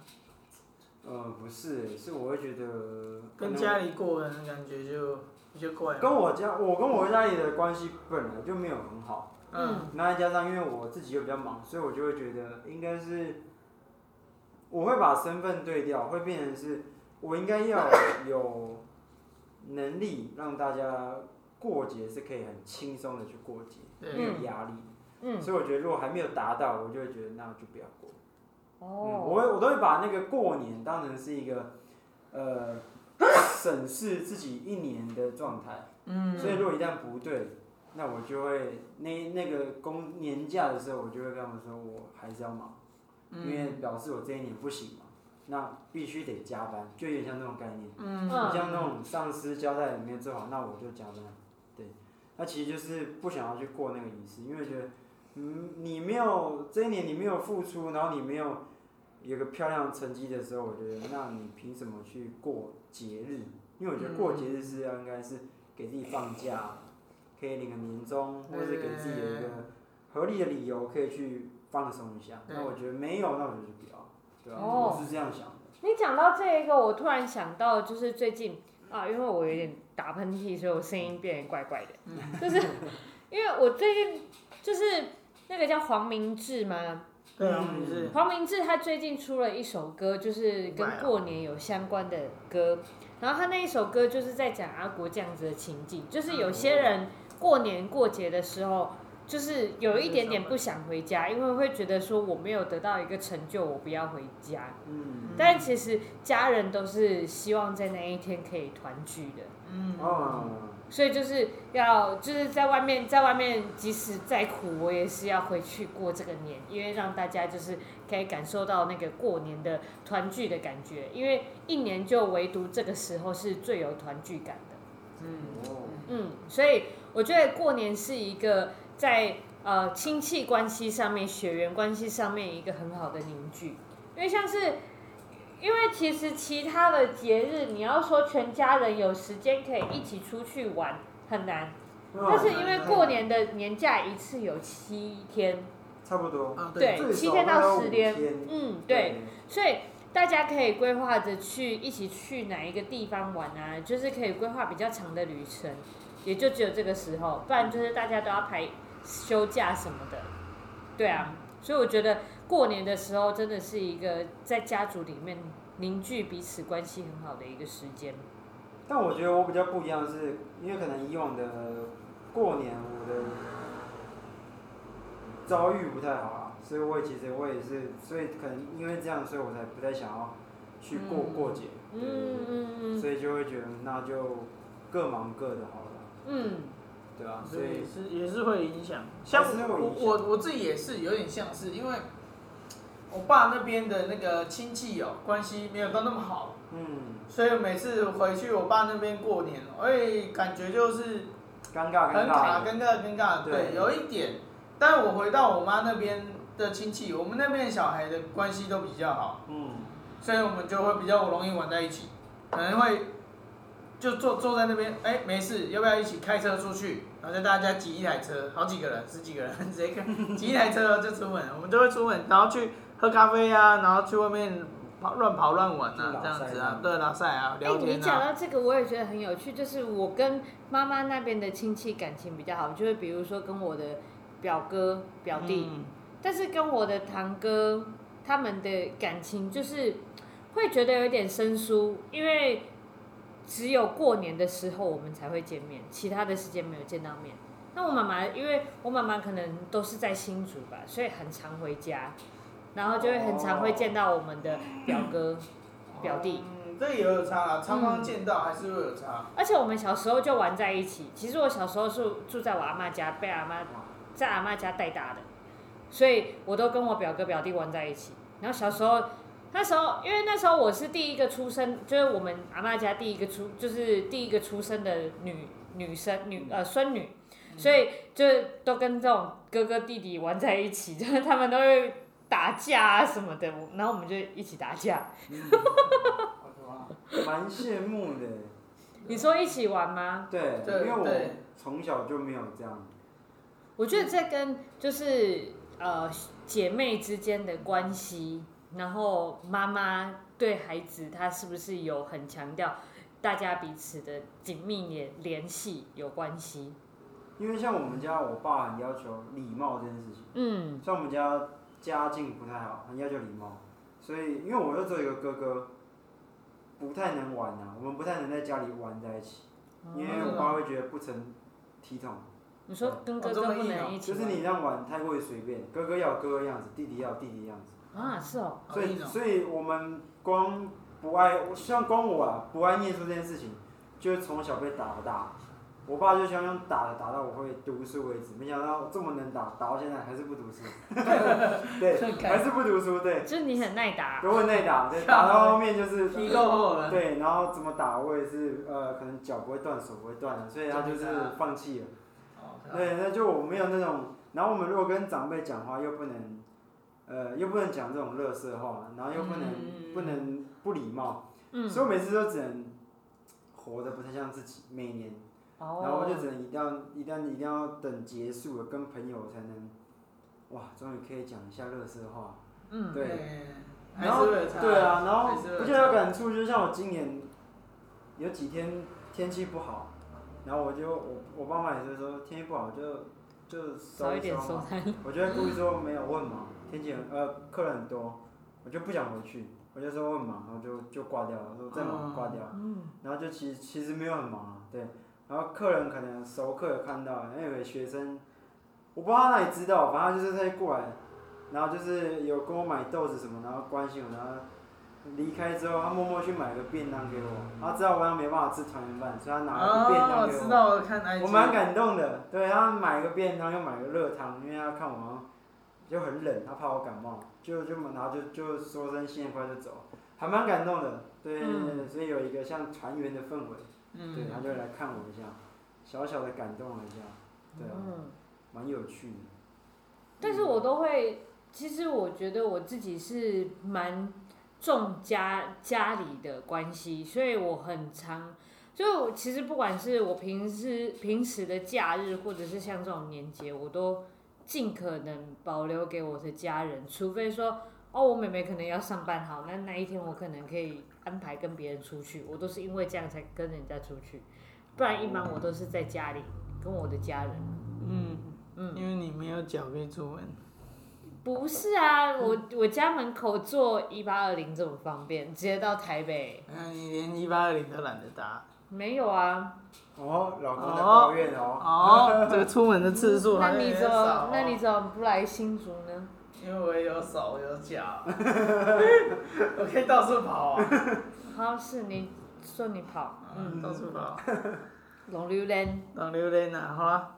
[SPEAKER 4] 呃，不是，是我会觉得
[SPEAKER 2] 跟
[SPEAKER 4] 可能
[SPEAKER 2] 家里过人的感觉就比较怪
[SPEAKER 4] 跟
[SPEAKER 2] 了。
[SPEAKER 4] 我家，我跟我家里的关系本来就没有很好，
[SPEAKER 2] 嗯，
[SPEAKER 4] 那再加上因为我自己又比较忙，所以我就会觉得应该是，我会把身份对调，会变成是我应该要有能力让大家过节是可以很轻松的去过节，
[SPEAKER 2] 对
[SPEAKER 4] 没有压力。
[SPEAKER 1] 嗯
[SPEAKER 4] 所以我觉得如果还没有达到，我就会觉得那就不要过。嗯，
[SPEAKER 1] 哦，
[SPEAKER 4] 我会我都会把那个过年当成是一个呃 审视自己一年的状态，
[SPEAKER 1] 嗯，
[SPEAKER 4] 所以如果一旦不对，那我就会那那个公年假的时候，我就会跟他们说我还是要忙，因为表示我这一年不行嘛，那必须得加班，就有点像那种概念。
[SPEAKER 1] 嗯
[SPEAKER 4] 你像那种上司交代你没有做好，那我就加班。对，那其实就是不想要去过那个仪式，因为觉得，嗯，你没有这一年你没有付出，然后你没有有个漂亮成绩的时候，我觉得，那你凭什么去过节日？因为我觉得过节日是要应该是给自己放假，可以领个年终，或者是给自己有一个合理的理由可以去放松一下。那我觉得没有，那我就就不要，对吧、
[SPEAKER 1] 哦
[SPEAKER 4] 我是这样想的。
[SPEAKER 1] 你讲到这一个，我突然想到，就是最近啊，因为我有点打喷嚏，所以我声音变得怪怪的，
[SPEAKER 4] 嗯
[SPEAKER 1] 就是 因为我最近就是那个叫黄明志嘛，
[SPEAKER 2] 对啊，你是
[SPEAKER 1] 黄明志他最近出了一首歌，就是跟过年有相关的歌，然后他那一首歌就是在讲阿国这样子的情景，就是有些人过年过节的时候。就是有一点点不想回家，因为会觉得说我没有得到一个成就，我不要回家。
[SPEAKER 4] 嗯，
[SPEAKER 1] 但其实家人都是希望在那一天可以团聚的，
[SPEAKER 2] 嗯
[SPEAKER 4] 哦。
[SPEAKER 1] 所以就是要就是在外面，在外面即使再苦，我也是要回去过这个年，因为让大家就是可以感受到那个过年的团聚的感觉，因为一年就唯独这个时候是最有团聚感的。
[SPEAKER 3] 哦，
[SPEAKER 1] 嗯，所以我觉得过年是一个在呃亲戚关系上面、血缘关系上面一个很好的凝聚，因为像是，因为其实其他的节日，你要说全家人有时间可以一起出去玩很难，
[SPEAKER 2] 嗯
[SPEAKER 1] 但是因为过年的年假一次有七天，
[SPEAKER 4] 差不多，
[SPEAKER 2] 啊，
[SPEAKER 1] 对
[SPEAKER 4] 最少
[SPEAKER 1] 七天到
[SPEAKER 4] 要
[SPEAKER 1] 十
[SPEAKER 4] 五
[SPEAKER 1] 天
[SPEAKER 4] 天
[SPEAKER 1] 嗯，对，，所以大家可以规划着去一起去哪一个地方玩啊，就是可以规划比较长的旅程，也就只有这个时候，不然就是大家都要排休假什么的。对啊，所以我觉得过年的时候真的是一个在家族里面凝聚彼此关系很好的一个时间。
[SPEAKER 4] 但我觉得我比较不一样的是，因为可能以往的过年我的遭遇不太好啊，所以我也其实我也是，所以可能因为这样，所以我才不太想要去过、
[SPEAKER 1] 嗯
[SPEAKER 4] 过节，对
[SPEAKER 1] 嗯嗯嗯
[SPEAKER 4] 所以就会觉得那就各忙各的好了，
[SPEAKER 1] 嗯，
[SPEAKER 4] 对吧、所
[SPEAKER 2] 所以
[SPEAKER 4] 以
[SPEAKER 2] 是也是会影响。像
[SPEAKER 4] 还是会有
[SPEAKER 2] 我
[SPEAKER 4] 影响
[SPEAKER 2] 我我自己也是有点像是，因为我爸那边的那个亲戚哦、关系没有到那么好，
[SPEAKER 4] 嗯，
[SPEAKER 2] 所以每次回去我爸那边过年哦，哎，感觉就是
[SPEAKER 4] 尴尬
[SPEAKER 2] 很
[SPEAKER 4] 尴
[SPEAKER 2] 卡，
[SPEAKER 4] 尬，
[SPEAKER 2] 尴尬尴尬，对，
[SPEAKER 4] 对
[SPEAKER 2] 有一点。但我回到我妈那边的亲戚，我们那边的小孩的关系都比较好，
[SPEAKER 4] 嗯，
[SPEAKER 2] 所以我们就会比较容易玩在一起，可能会就坐坐在那边，哎、没事，要不要一起开车出去？然后就大家挤一台车，好几个人，十几个人， 直接跟挤一台车然后就出门，我们就会出门，然后去喝咖啡啊，然后去外面跑乱跑乱玩
[SPEAKER 4] 去
[SPEAKER 2] 啊
[SPEAKER 4] 拉，
[SPEAKER 2] 这样子
[SPEAKER 4] 塞
[SPEAKER 2] 啊
[SPEAKER 4] 啊，
[SPEAKER 2] 对，拉塞啊，
[SPEAKER 1] 哎、
[SPEAKER 2] 聊
[SPEAKER 1] 你
[SPEAKER 2] 天
[SPEAKER 1] 讲
[SPEAKER 2] 啊，
[SPEAKER 1] 到这个，我也觉得很有趣，就是我跟妈妈那边的亲戚感情比较好，就是比如说跟我的表哥表弟。
[SPEAKER 2] 嗯
[SPEAKER 1] 但是跟我的堂哥他们的感情就是会觉得有点生疏，因为只有过年的时候我们才会见面，其他的时间没有见到面。那我妈妈，因为我妈妈可能都是在新竹吧，所以很常回家，然后就会很常会见到我们的表哥、表弟。
[SPEAKER 2] 嗯，这也有差啦，常常见到还是会有差。
[SPEAKER 1] 而且我们小时候就玩在一起。其实我小时候是住在我阿妈家，被阿妈在阿妈家带大的，所以我都跟我表哥表弟玩在一起。然后小时候，那时候因为那时候我是第一个出生，就是我们阿妈家第一个出，就是第一个出生的女女生女呃孙女，所以就是都跟这种哥哥弟弟玩在一起，就是他们都会打架啊什么的，然后我们就一起打架。
[SPEAKER 4] 嗯
[SPEAKER 2] 我的妈
[SPEAKER 4] 蛮羡慕的，
[SPEAKER 1] 你说一起玩吗？
[SPEAKER 4] 对，
[SPEAKER 2] 对
[SPEAKER 4] 因为我
[SPEAKER 2] 对
[SPEAKER 4] 从小就没有这样，
[SPEAKER 1] 我觉得这跟就是呃姐妹之间的关系，然后妈妈对孩子，她是不是有很强调大家彼此的紧密联联系有关系？
[SPEAKER 4] 因为像我们家我爸很要求礼貌这件事情。
[SPEAKER 1] 嗯
[SPEAKER 4] 像我们家家境不太好，很要求礼貌，所以因为我又只有一个哥哥，不太能玩啊，我们不太能在家里玩在一起，因为我爸会觉得不成体统，
[SPEAKER 1] 你说跟哥哥不能一起
[SPEAKER 4] 就
[SPEAKER 1] 玩，
[SPEAKER 4] 是你那样玩太过于随便，哥哥要有哥哥样子，弟弟要有弟弟样子，
[SPEAKER 1] 啊，是 哦，
[SPEAKER 2] 好
[SPEAKER 4] 所以
[SPEAKER 2] 硬哦
[SPEAKER 4] 所以我们光不爱，像光我啊，不爱念书这件事情，就是从小被打到大。我爸就想用打的打到我会读书为止，没想到这么能打，打到现在还是不读书，对，还是不读书，
[SPEAKER 1] 啊
[SPEAKER 4] 对，
[SPEAKER 1] 哦就是你很耐打，
[SPEAKER 4] 都会内打，对，打到后面就是
[SPEAKER 2] 皮够厚了。
[SPEAKER 4] 对，然后怎么打我也是，呃，可能脚不会断，手不会断了，所以他就是放弃了。
[SPEAKER 2] 哦
[SPEAKER 4] 对，那就我没有那种，然后我们如果跟长辈讲话又不能，呃，又不能讲这种乐色话，然后又不能、
[SPEAKER 2] 嗯
[SPEAKER 4] 不能不礼貌，
[SPEAKER 1] 嗯，
[SPEAKER 4] 所以我每次都只能活得不太像自己，每年，然后我就
[SPEAKER 1] 哦，
[SPEAKER 4] 只能一定要一定要一定要等结束了跟朋友才能，哇，终于可以讲一下乐色话，
[SPEAKER 1] 嗯，
[SPEAKER 4] 对。
[SPEAKER 2] 嗯还
[SPEAKER 4] 然后
[SPEAKER 2] 是会有差
[SPEAKER 4] 对啊，然后
[SPEAKER 2] 还是会有
[SPEAKER 4] 我就有感触，就像我今年有几天天气不好，然后我就我我爸妈也是说天气不好就就
[SPEAKER 1] 少一点
[SPEAKER 4] 收
[SPEAKER 1] 收
[SPEAKER 4] 嘛，
[SPEAKER 1] 摊，
[SPEAKER 4] 我就会故意说没有问嘛，天气很呃客人很多，我就不想回去，我就说问忙，然后就就挂掉了，说再忙
[SPEAKER 2] 嗯
[SPEAKER 4] 挂掉，
[SPEAKER 1] 嗯，
[SPEAKER 4] 然后就其实其实没有很忙啊，对，然后客人可能熟客有看到，因为有个学生，我不知道他哪里知道，反正他就是在过来，然后就是有跟我买豆子什么，然后关心我，然后离开之后，他默默去买个便当给我，他知道我要没办法吃团圆饭，所以他拿了个便
[SPEAKER 2] 哦，
[SPEAKER 4] 当
[SPEAKER 2] 我
[SPEAKER 4] 给
[SPEAKER 2] 知
[SPEAKER 4] 我，
[SPEAKER 2] 道，我看 IG，
[SPEAKER 4] 我蛮感动的，对，他买个便当又买个热汤，因为他看我好像就很冷，他怕我感冒，就就然后就就说声新年快乐就走，还蛮感动的，对，
[SPEAKER 1] 嗯
[SPEAKER 4] 所以有一个像团圆的氛围。对，他
[SPEAKER 2] 嗯，
[SPEAKER 4] 就来看我一下，小小的感动了一下，对啊，
[SPEAKER 1] 嗯，
[SPEAKER 4] 蛮有趣的。
[SPEAKER 1] 但是我都会，其实我觉得我自己是蛮重家家里的关系，所以我很常，就我其实不管是我平时平时的假日，或者是像这种年节，我都尽可能保留给我的家人，除非说。哦，我妹妹可能要上班，好，那那一天我可能可以安排跟别人出去，我都是因为这样才跟人家出去，不然一般我都是在家里跟我的家人。
[SPEAKER 2] 嗯，
[SPEAKER 1] 嗯，
[SPEAKER 2] 因为你没有脚可以出门，
[SPEAKER 1] 不是啊，我我家门口坐一八二零这么方便，直接到台北。
[SPEAKER 2] 嗯，你连一八二零都懒得搭。
[SPEAKER 1] 没有啊，
[SPEAKER 4] 哦，老公在抱怨哦，
[SPEAKER 2] 哦，这个出门的次数还
[SPEAKER 1] 嗯那
[SPEAKER 2] 有
[SPEAKER 1] 你
[SPEAKER 2] 点
[SPEAKER 1] 怎
[SPEAKER 2] 少
[SPEAKER 1] 么
[SPEAKER 2] 哦。
[SPEAKER 1] 那你怎么不来新竹呢？
[SPEAKER 2] 因为我有手有脚，我可以到处跑啊，
[SPEAKER 1] 好，是你说你跑，嗯，
[SPEAKER 2] 嗯，到处跑，
[SPEAKER 1] 龙溜人，
[SPEAKER 2] 当榴莲啊，好啦，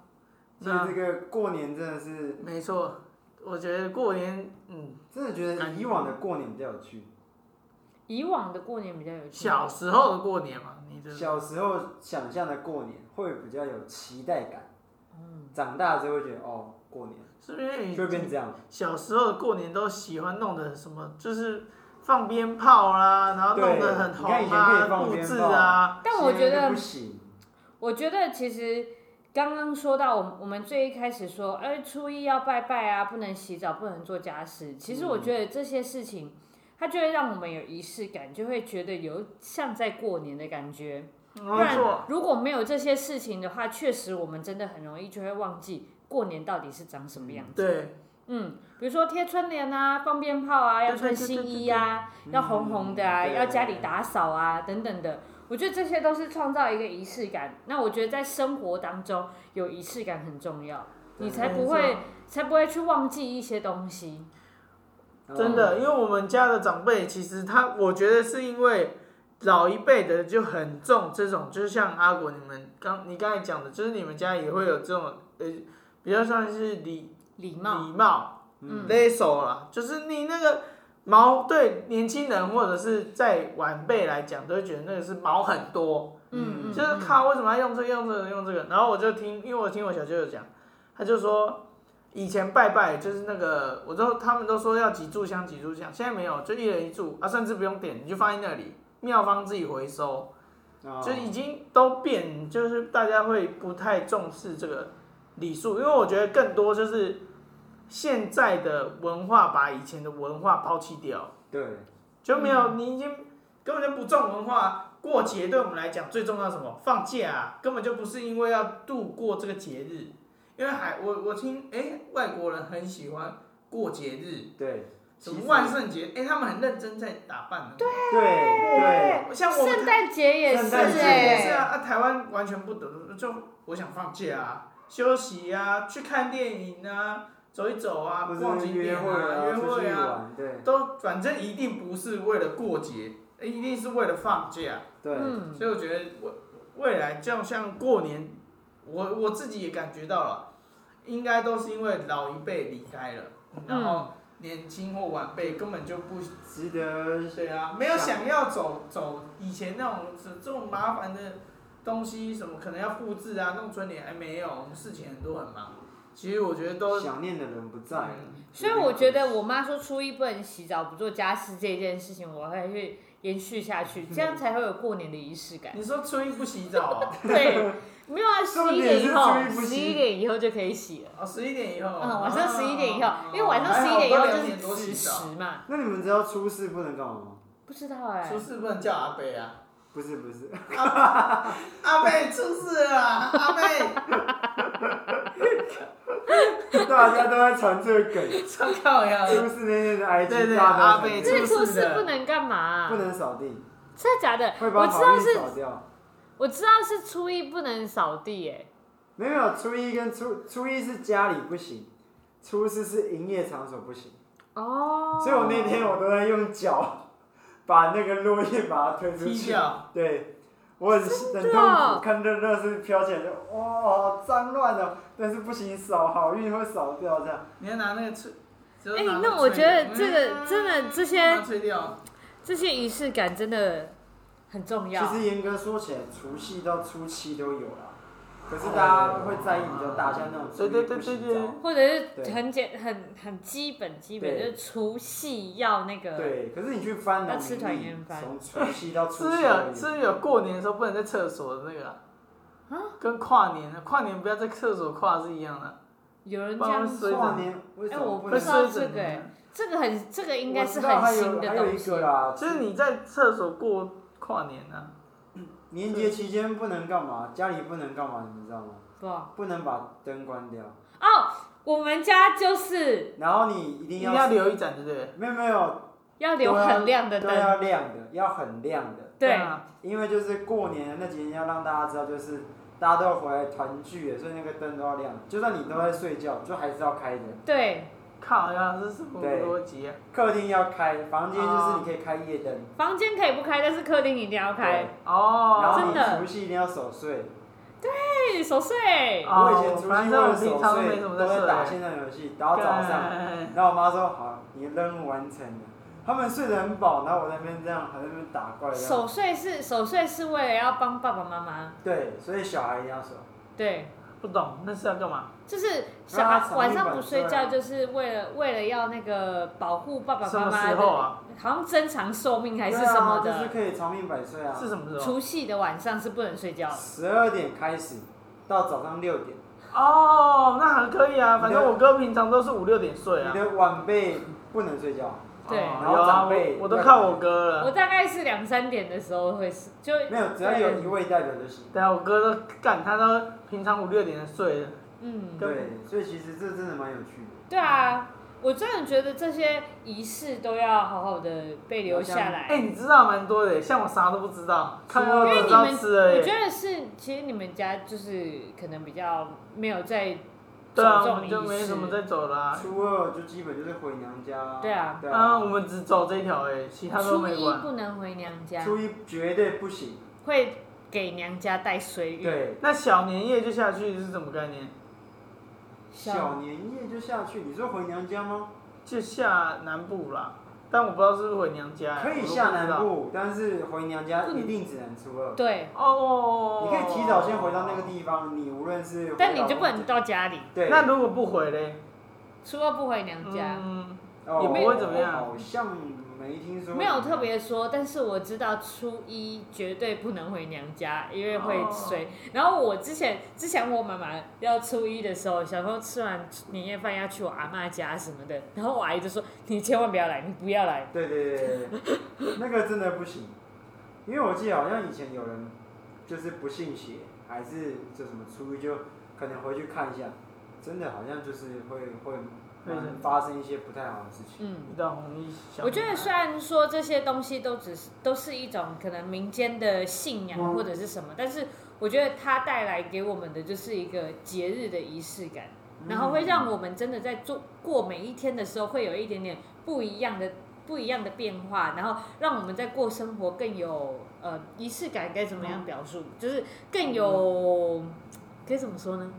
[SPEAKER 4] 所以
[SPEAKER 2] 那
[SPEAKER 4] 这个过年真的是，
[SPEAKER 2] 没错，我觉得过年，嗯，
[SPEAKER 4] 真的觉得以往的过年比较有趣。
[SPEAKER 1] 以往的过年比较有趣。
[SPEAKER 2] 小时候的过年嘛，你的
[SPEAKER 4] 小时候想象的过年会比较有期待感，
[SPEAKER 2] 嗯
[SPEAKER 4] 长大之后会觉得哦，过年
[SPEAKER 2] 是不是
[SPEAKER 4] 就会
[SPEAKER 2] 你
[SPEAKER 4] 变这样。
[SPEAKER 2] 小时候的过年都喜欢弄的什么，就是放鞭炮啦，然后弄得很
[SPEAKER 4] 对
[SPEAKER 2] 红
[SPEAKER 4] 你看以前可
[SPEAKER 2] 啊
[SPEAKER 4] 以，放
[SPEAKER 2] 布
[SPEAKER 4] 鞭
[SPEAKER 2] 置
[SPEAKER 4] 炮
[SPEAKER 2] 啊，
[SPEAKER 1] 但我觉
[SPEAKER 4] 现在就
[SPEAKER 1] 得
[SPEAKER 4] 不，行，
[SPEAKER 1] 我觉得其实刚刚说到我们我们最一开始说，哎、初一要拜拜啊，不能洗澡，不能做家事。其实我觉
[SPEAKER 2] 嗯
[SPEAKER 1] 得这些事情，它就会让我们有仪式感，就会觉得有像在过年的感觉。不
[SPEAKER 2] 没
[SPEAKER 1] 然
[SPEAKER 2] 错，
[SPEAKER 1] 如果没有这些事情的话，确实我们真的很容易就会忘记过年到底是长什么样子。
[SPEAKER 2] 对，
[SPEAKER 1] 嗯，比如说贴春联啊，放鞭炮啊，要穿新衣啊，要红红的啊，
[SPEAKER 4] 嗯对
[SPEAKER 1] 要家里打扫啊，等等的。我觉得这些都是创造一个仪式感。那我觉得在生活当中有仪式感很重要，你才不
[SPEAKER 2] 没
[SPEAKER 1] 会
[SPEAKER 2] 错
[SPEAKER 1] 才不会去忘记一些东西。嗯
[SPEAKER 2] 真的，因为我们家的长辈，其实他我觉得是因为老一辈的就很重这种，就是像阿果你们刚你刚才讲的，就是你们家也会有这种呃，比较像是礼
[SPEAKER 1] 礼
[SPEAKER 2] 礼
[SPEAKER 1] 貌，
[SPEAKER 2] 貌
[SPEAKER 1] 嗯，
[SPEAKER 2] 勒手啦，就是你那个毛对年轻人或者是在晚辈来讲，都会觉得那个是毛很多，
[SPEAKER 1] 嗯，嗯
[SPEAKER 2] 就是
[SPEAKER 1] 嗯
[SPEAKER 2] 靠为什么要用这个用这个用这个？然后我就听，因为我听我小舅舅讲，他就说以前拜拜就是那个，我都他们都说要几炷香几炷香，现在没有，就一人一炷啊，甚至不用点，你就放在那里，妙方自己回收，
[SPEAKER 4] 哦
[SPEAKER 2] 就已经都变，就是大家会不太重视这个礼数，因为我觉得更多就是现在的文化把以前的文化抛弃掉。
[SPEAKER 4] 对，
[SPEAKER 2] 就没有，你已经根本就不重文化。过节对我们来讲最重要是什么？放假、啊，根本就不是因为要度过这个节日，因为还我我听哎、诶外国人很喜欢过节日，
[SPEAKER 4] 对，
[SPEAKER 2] 什
[SPEAKER 4] 其
[SPEAKER 2] 么
[SPEAKER 4] 实
[SPEAKER 2] 万圣节，哎、他们很认真在打扮的。对，
[SPEAKER 4] 对对，
[SPEAKER 2] 像我
[SPEAKER 1] 圣
[SPEAKER 2] 们
[SPEAKER 1] 诞节也是
[SPEAKER 4] 圣诞节
[SPEAKER 2] 也
[SPEAKER 1] 哎、
[SPEAKER 2] 是啊，啊台湾完全不懂，就我想放假啊，休息啊，去看电影啊，走一走啊，
[SPEAKER 4] 或
[SPEAKER 2] 逛
[SPEAKER 4] 者是
[SPEAKER 2] 景
[SPEAKER 4] 约
[SPEAKER 2] 点
[SPEAKER 4] 会
[SPEAKER 2] 啊，约
[SPEAKER 4] 出去
[SPEAKER 2] 会啊，
[SPEAKER 4] 玩，对
[SPEAKER 2] 都反正一定不是为了过节，一定是为了放假。
[SPEAKER 4] 对，
[SPEAKER 1] 嗯
[SPEAKER 2] 所以我觉得未未来就像过年，我我自己也感觉到了，应该都是因为老一辈离开了，然后年轻或晚辈根本就不
[SPEAKER 4] 值得
[SPEAKER 2] 对啊，没有想要走走以前那种这这种麻烦的东西，什么可能要复制啊，弄春联，哎，没有，我们事情很多很忙。其实我觉得都
[SPEAKER 4] 想念的人不在了
[SPEAKER 2] 嗯，
[SPEAKER 1] 所以我觉得我妈说初一不能洗澡、不做家事这件事情，我还会延续下去，这样才会有过年的仪式 感。
[SPEAKER 2] 你说初一不洗澡啊？
[SPEAKER 1] 对，没有啊，十一点以后
[SPEAKER 4] 重点是注意，不
[SPEAKER 1] 十
[SPEAKER 4] 洗
[SPEAKER 1] 一点以后就可以洗了。
[SPEAKER 2] 哦，十一点以后。
[SPEAKER 1] 嗯，晚上十一点以后
[SPEAKER 2] 啊，
[SPEAKER 1] 因为晚上
[SPEAKER 2] 还
[SPEAKER 1] 十
[SPEAKER 2] 好
[SPEAKER 1] 一点以后
[SPEAKER 2] 都
[SPEAKER 1] 就
[SPEAKER 2] 两点多
[SPEAKER 1] 是
[SPEAKER 2] 洗
[SPEAKER 1] 子时
[SPEAKER 2] 澡，
[SPEAKER 1] 嘛，
[SPEAKER 4] 哦那你们知道初四不能干嘛吗？
[SPEAKER 1] 不知道哎、
[SPEAKER 2] 出事不能叫阿贝啊！
[SPEAKER 4] 不是不是，
[SPEAKER 2] 阿贝出事 了啊，阿贝，
[SPEAKER 4] 大家都在传这个梗，
[SPEAKER 2] 超搞笑的。
[SPEAKER 4] 初四那天
[SPEAKER 2] 对
[SPEAKER 4] 的 IG
[SPEAKER 2] 对
[SPEAKER 4] 大
[SPEAKER 2] 阿
[SPEAKER 4] 家
[SPEAKER 2] 贝
[SPEAKER 4] 都
[SPEAKER 1] 这
[SPEAKER 4] 传
[SPEAKER 1] 个
[SPEAKER 2] 出
[SPEAKER 1] 初
[SPEAKER 2] 事
[SPEAKER 1] 四
[SPEAKER 2] 的
[SPEAKER 1] 不能干嘛、
[SPEAKER 4] 不能扫地，
[SPEAKER 1] 真的假的？
[SPEAKER 4] 会把
[SPEAKER 1] 我
[SPEAKER 4] 好
[SPEAKER 1] 知道
[SPEAKER 4] 运
[SPEAKER 1] 是，
[SPEAKER 4] 扫掉。
[SPEAKER 1] 我知道是初一不能扫地、哎，
[SPEAKER 4] 没有没有，初一跟初初一是家里不行，初四是营业场所不行，
[SPEAKER 1] 哦，
[SPEAKER 4] 所以我那天我都在用脚 把那个落叶把它推出
[SPEAKER 2] 踢
[SPEAKER 4] 去。
[SPEAKER 2] 掉，
[SPEAKER 4] 对，我很很
[SPEAKER 1] 的
[SPEAKER 4] 痛苦，看热热是飘起来就哇好脏乱哦，但是不行扫好运会扫掉这样。
[SPEAKER 2] 你要拿那个吹。只有
[SPEAKER 1] 哎
[SPEAKER 2] 拿个
[SPEAKER 1] 那我
[SPEAKER 2] 吹
[SPEAKER 1] 觉得
[SPEAKER 2] 的
[SPEAKER 1] 这个
[SPEAKER 2] 嗯
[SPEAKER 1] 真的这些
[SPEAKER 2] 把它吹掉，
[SPEAKER 1] 这些仪式感真的很重
[SPEAKER 4] 其
[SPEAKER 1] 要。
[SPEAKER 4] 实严格说起来，除夕到初七都有啦，可是大家会在意比较大，像那种初一
[SPEAKER 2] 对对
[SPEAKER 4] 不
[SPEAKER 2] 哦对
[SPEAKER 4] 洗
[SPEAKER 2] 对对
[SPEAKER 4] 澡，
[SPEAKER 1] 或者是
[SPEAKER 4] 对
[SPEAKER 1] 很简很很基本基本，就
[SPEAKER 4] 对
[SPEAKER 1] 是除夕要那个，
[SPEAKER 4] 对。可是你去翻
[SPEAKER 1] 要
[SPEAKER 4] 农
[SPEAKER 1] 吃团圆
[SPEAKER 4] 历，
[SPEAKER 1] 饭
[SPEAKER 4] 从除夕到
[SPEAKER 2] 是
[SPEAKER 4] 初
[SPEAKER 2] 不是啊
[SPEAKER 4] 七
[SPEAKER 2] 有
[SPEAKER 4] 而
[SPEAKER 2] 是不是
[SPEAKER 4] 已，
[SPEAKER 2] 有过年的时候不能在厕所的那个啊、跟跨年的跨年不要在厕所跨是一样的，
[SPEAKER 1] 有人这样
[SPEAKER 2] 帮所以
[SPEAKER 1] 说，
[SPEAKER 4] 跨年为什
[SPEAKER 1] 哎我
[SPEAKER 4] 么
[SPEAKER 1] 不
[SPEAKER 4] 不
[SPEAKER 1] 知
[SPEAKER 4] 能？
[SPEAKER 1] 道
[SPEAKER 2] 会
[SPEAKER 1] 这个
[SPEAKER 2] 水
[SPEAKER 1] 哎
[SPEAKER 2] 肿的
[SPEAKER 1] 这个很这个应
[SPEAKER 4] 我
[SPEAKER 1] 该
[SPEAKER 4] 知
[SPEAKER 1] 是
[SPEAKER 4] 道还
[SPEAKER 1] 很
[SPEAKER 4] 有
[SPEAKER 1] 新的
[SPEAKER 4] 还有
[SPEAKER 1] 东
[SPEAKER 4] 一
[SPEAKER 1] 西
[SPEAKER 4] 个。啊啦，
[SPEAKER 2] 就是你在厕所过跨年啊，
[SPEAKER 4] 年节期间不能干嘛，家里不能干嘛，你们知道吗？
[SPEAKER 1] 不哦，
[SPEAKER 4] 不能把灯关掉，
[SPEAKER 1] 我们家就是
[SPEAKER 4] 然后你一
[SPEAKER 2] 一
[SPEAKER 4] 定
[SPEAKER 2] 定要
[SPEAKER 4] 要
[SPEAKER 2] 留一盏，对不对？
[SPEAKER 4] 没有没有
[SPEAKER 1] 要留
[SPEAKER 4] 对啊
[SPEAKER 1] 很亮的
[SPEAKER 4] 都
[SPEAKER 1] 灯，
[SPEAKER 4] 要亮的，要很亮的。
[SPEAKER 1] 对，
[SPEAKER 2] 啊，
[SPEAKER 4] 因为就是过年的那几天要让大家知道，就是大家都要回来团聚了，所以那个灯都要亮。就算你都在睡觉，就还是要开的。
[SPEAKER 1] 对，
[SPEAKER 2] 靠呀，这是什么
[SPEAKER 4] 对
[SPEAKER 2] 逻辑啊？
[SPEAKER 4] 客厅要开，房间就是你可以开夜灯。
[SPEAKER 1] 房间可以不开，但是客厅一定要开。
[SPEAKER 4] 对啊然
[SPEAKER 2] 哦，
[SPEAKER 4] 后
[SPEAKER 1] 真的
[SPEAKER 4] 你除夕一定要守岁。
[SPEAKER 1] 嘿，守岁，
[SPEAKER 2] 哦
[SPEAKER 4] 我以前除夕为了
[SPEAKER 2] 反
[SPEAKER 4] 守
[SPEAKER 2] 正我平常都没
[SPEAKER 4] 岁，
[SPEAKER 2] 怎么
[SPEAKER 4] 都
[SPEAKER 2] 在睡
[SPEAKER 4] 会打线上游戏，打到早上。
[SPEAKER 2] 干
[SPEAKER 4] 然后我妈说：“好，你的任务完成了。”他们睡得很饱，然后我在那边这样，还在那边打怪这样。
[SPEAKER 1] 守岁是守岁是为了要帮爸爸妈妈，
[SPEAKER 4] 对，所以小孩一定要守。
[SPEAKER 1] 对，
[SPEAKER 2] 不懂那是要干嘛？
[SPEAKER 1] 就是小
[SPEAKER 4] 让他
[SPEAKER 1] 孩
[SPEAKER 4] 长
[SPEAKER 1] 晚
[SPEAKER 4] 命
[SPEAKER 1] 上
[SPEAKER 4] 百
[SPEAKER 1] 不睡
[SPEAKER 4] 岁
[SPEAKER 1] 觉，
[SPEAKER 4] 啊
[SPEAKER 1] 就是为了为了要那个保护爸爸
[SPEAKER 2] 什
[SPEAKER 1] 妈
[SPEAKER 2] 么
[SPEAKER 1] 妈
[SPEAKER 2] 时
[SPEAKER 1] 的，
[SPEAKER 2] 候啊？
[SPEAKER 1] 好像增长寿命还是
[SPEAKER 4] 对
[SPEAKER 1] 什么
[SPEAKER 4] 啊、
[SPEAKER 1] 的。
[SPEAKER 4] 就是可以长命百岁啊。
[SPEAKER 2] 是什么时候？
[SPEAKER 1] 除夕的晚上是不能睡觉的，
[SPEAKER 4] 十二点开始，到早上六点。
[SPEAKER 2] 哦，那还可以啊，反正我哥平常都是五六点睡啊
[SPEAKER 4] 你。的晚辈不能睡觉，
[SPEAKER 1] 对
[SPEAKER 2] 哦
[SPEAKER 4] 然后
[SPEAKER 2] 有啊，
[SPEAKER 4] 长辈
[SPEAKER 2] 我我都靠我哥
[SPEAKER 1] 我
[SPEAKER 2] 了。
[SPEAKER 1] 大概是两三点的时候会睡，就
[SPEAKER 4] 没有，只要有一位代表就行。
[SPEAKER 2] 对啊，我哥都干，他都平常五六点睡的。
[SPEAKER 1] 嗯，
[SPEAKER 4] 对，所以其实这真的蛮有趣的。
[SPEAKER 1] 对啊，我真的觉得这些仪式都要好好的被留下来。
[SPEAKER 2] 哎、你知道蛮多的，像我啥都不知道，看到
[SPEAKER 1] 因为
[SPEAKER 2] 都知
[SPEAKER 1] 你
[SPEAKER 2] 道
[SPEAKER 1] 们，
[SPEAKER 2] 吃而
[SPEAKER 1] 我
[SPEAKER 2] 已
[SPEAKER 1] 觉。得是，其实你们家就是可能比较没有在
[SPEAKER 2] 对啊，
[SPEAKER 1] 走这种
[SPEAKER 2] 我们就没
[SPEAKER 1] 仪
[SPEAKER 2] 什么
[SPEAKER 1] 式
[SPEAKER 2] 在走了、啊。
[SPEAKER 4] 初二就基本就是回娘家。
[SPEAKER 1] 对啊
[SPEAKER 4] 对
[SPEAKER 2] 啊，
[SPEAKER 4] 啊。
[SPEAKER 2] 我们只走这一条哎，其他都
[SPEAKER 1] 初
[SPEAKER 2] 没
[SPEAKER 1] 一
[SPEAKER 2] 管。
[SPEAKER 1] 不能回娘家，
[SPEAKER 4] 初一绝对不行。
[SPEAKER 1] 会给娘家带水运。
[SPEAKER 4] 对，
[SPEAKER 2] 那小年夜就下去是什么概念？
[SPEAKER 1] 小
[SPEAKER 4] 小年夜就下去。你说回娘家吗？
[SPEAKER 2] 就下南部啦，但我不知道是不是回娘家欸。
[SPEAKER 4] 可以
[SPEAKER 2] 我都
[SPEAKER 4] 下
[SPEAKER 2] 不知
[SPEAKER 4] 南
[SPEAKER 2] 道。
[SPEAKER 4] 部，但是回娘家
[SPEAKER 1] 不能
[SPEAKER 4] 一定只能初二。
[SPEAKER 1] 对，
[SPEAKER 2] 哦。
[SPEAKER 4] 你可以提早先回到那个地方，你无论是回到
[SPEAKER 1] 但你就不能到家里，
[SPEAKER 4] 对，
[SPEAKER 2] 那如果不回嘞？
[SPEAKER 1] 初二不回娘家，
[SPEAKER 2] 嗯，
[SPEAKER 4] 哦
[SPEAKER 2] 也不会怎么样
[SPEAKER 4] 好像没听说
[SPEAKER 1] 没有特别说，但是我知道初一绝对不能回娘家，因为会睡。然后我之前之前我妈妈要初一的时候，小时候吃完年夜饭要去我阿妈家什么的，然后我阿姨就说：“你千万不要来，你不要来。
[SPEAKER 4] 对对对对对，那个真的不行，因为我记得好像以前有人就是不信邪，还是就什么初一就可能回去看一下，真的好像就是会会
[SPEAKER 2] 会
[SPEAKER 4] 嗯发生一些不太好的事”情。
[SPEAKER 1] 嗯，
[SPEAKER 2] 遇到红衣小女孩。
[SPEAKER 1] 我觉得虽然说这些东西都只是都是一种可能民间的信
[SPEAKER 2] 嗯
[SPEAKER 1] 仰或者是什么，但是我觉得它带来给我们的就是一个节日的仪式感。
[SPEAKER 2] 嗯
[SPEAKER 1] 然后会让我们真的在做过每一天的时候，会有一点点不一样的不一样的变化，然后让我们在过生活更有呃仪式感，该怎么
[SPEAKER 2] 嗯
[SPEAKER 1] 样表述？就是更有该怎么说呢？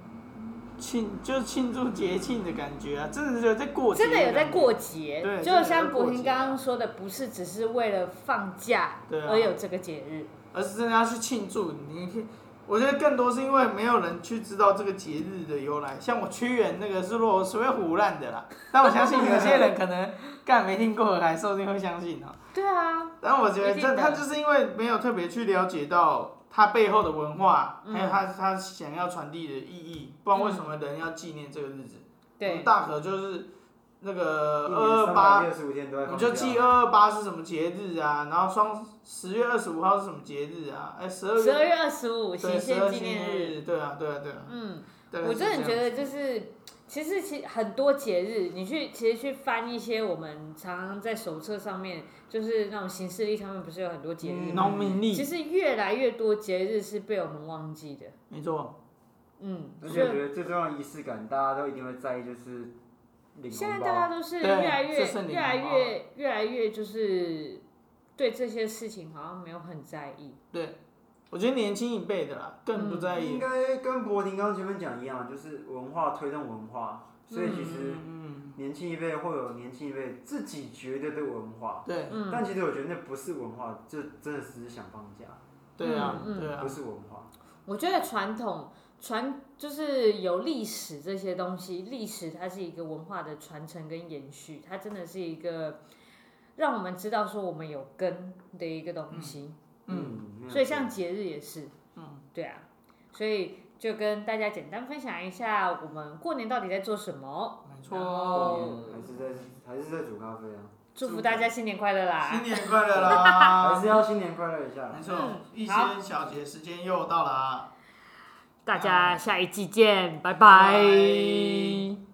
[SPEAKER 2] 庆就是庆祝节庆的感觉啊，真的有在过节，
[SPEAKER 1] 真的有在，过节，
[SPEAKER 2] 对
[SPEAKER 1] 就像
[SPEAKER 2] 真的有在过
[SPEAKER 1] 博
[SPEAKER 2] 节
[SPEAKER 1] 婷刚刚说的，不是只是为了放假
[SPEAKER 2] 对啊
[SPEAKER 1] 而有这个节日，
[SPEAKER 2] 而是真的要去庆祝。你可以我觉得更多是因为没有人去知道这个节日的由来，像我屈原那个是落水胡乱的啦，但我相信有些人可能干没听过，还说不定会相信啊。
[SPEAKER 1] 对啊，
[SPEAKER 2] 但我觉得
[SPEAKER 1] 一定
[SPEAKER 2] 这
[SPEAKER 1] 的
[SPEAKER 2] 他就是因为没有特别去了解到他背后的文化，
[SPEAKER 1] 嗯
[SPEAKER 2] 还有他他想要传递的意义，不然为什么人要纪念这个日子？我
[SPEAKER 1] 对
[SPEAKER 2] 们，大可就是那个
[SPEAKER 4] 一
[SPEAKER 2] 二
[SPEAKER 4] 年
[SPEAKER 2] 二
[SPEAKER 4] 三
[SPEAKER 2] 八
[SPEAKER 4] 百六十五天都在
[SPEAKER 2] 我
[SPEAKER 4] 放
[SPEAKER 2] 就
[SPEAKER 4] 假。
[SPEAKER 2] 记二二八是什么节日啊，然后双十月二十五号是什么节日啊？哎，十二
[SPEAKER 1] 十二
[SPEAKER 2] 月
[SPEAKER 1] 月二十五
[SPEAKER 2] 对
[SPEAKER 1] 行
[SPEAKER 2] 十
[SPEAKER 1] 宪
[SPEAKER 2] 二
[SPEAKER 1] 纪念日，
[SPEAKER 2] 日，对啊，对啊，对啊。
[SPEAKER 1] 嗯。
[SPEAKER 2] 大概
[SPEAKER 1] 我
[SPEAKER 2] 是
[SPEAKER 1] 真的
[SPEAKER 2] 这
[SPEAKER 1] 觉
[SPEAKER 2] 样
[SPEAKER 1] 得就是，其实其很多节日，你去其实去翻一些我们常常在手册上面，就是那种行事历上面不是有很多节日
[SPEAKER 2] 嗯
[SPEAKER 1] 吗？
[SPEAKER 2] 农民
[SPEAKER 1] 其
[SPEAKER 2] 历，
[SPEAKER 1] 实越来越多节日是被我们忘记的。
[SPEAKER 2] 没错，
[SPEAKER 1] 嗯，
[SPEAKER 4] 而且我
[SPEAKER 1] 就
[SPEAKER 4] 觉得最重要的仪式感，大家都一定会在意，就是领
[SPEAKER 1] 现在
[SPEAKER 4] 红
[SPEAKER 1] 大家
[SPEAKER 4] 包。
[SPEAKER 1] 都是
[SPEAKER 2] 对
[SPEAKER 1] 越来
[SPEAKER 2] 这
[SPEAKER 1] 越
[SPEAKER 2] 是你
[SPEAKER 1] 越来
[SPEAKER 2] 的话
[SPEAKER 1] 越越来越就是对这些事情好像没有很在意。
[SPEAKER 2] 我觉得年轻一辈的啦，更不
[SPEAKER 1] 嗯
[SPEAKER 2] 在
[SPEAKER 4] 应
[SPEAKER 2] 意。
[SPEAKER 4] 该跟柏林刚刚前面讲一样，就是文化推动文化，所以其实
[SPEAKER 2] 嗯，
[SPEAKER 4] 年轻一辈会有年轻一辈自己觉得的文化，
[SPEAKER 2] 对
[SPEAKER 1] 嗯，
[SPEAKER 4] 但其实我觉得那不是文化，就真的只是想放假，
[SPEAKER 2] 对啊，
[SPEAKER 1] 嗯嗯
[SPEAKER 2] 对啊
[SPEAKER 4] 不，是文化。
[SPEAKER 1] 我觉得传统传就是有历史这些东西，历史它是一个文化的传承跟延续，它真的是一个让我们知道说我们有根的一个东西。
[SPEAKER 2] 嗯，
[SPEAKER 4] 嗯，
[SPEAKER 1] 所以像节日也是，
[SPEAKER 2] 嗯，
[SPEAKER 1] 对啊，所以就跟大家简单分享一下我们过年到底在做什么。
[SPEAKER 2] 没
[SPEAKER 1] 然
[SPEAKER 2] 错。
[SPEAKER 1] 后
[SPEAKER 4] 哦，还是在还是在煮咖啡啊，
[SPEAKER 1] 祝福大家新年快乐
[SPEAKER 2] 新
[SPEAKER 1] 啦！
[SPEAKER 2] 年快乐
[SPEAKER 4] 还
[SPEAKER 2] 啦！
[SPEAKER 4] 是要新年快乐一下
[SPEAKER 2] 没。错
[SPEAKER 1] 嗯，
[SPEAKER 2] 一
[SPEAKER 1] 好
[SPEAKER 2] 些小节时间又到了啊。
[SPEAKER 1] 大家下一季见，拜
[SPEAKER 2] 拜
[SPEAKER 1] 拜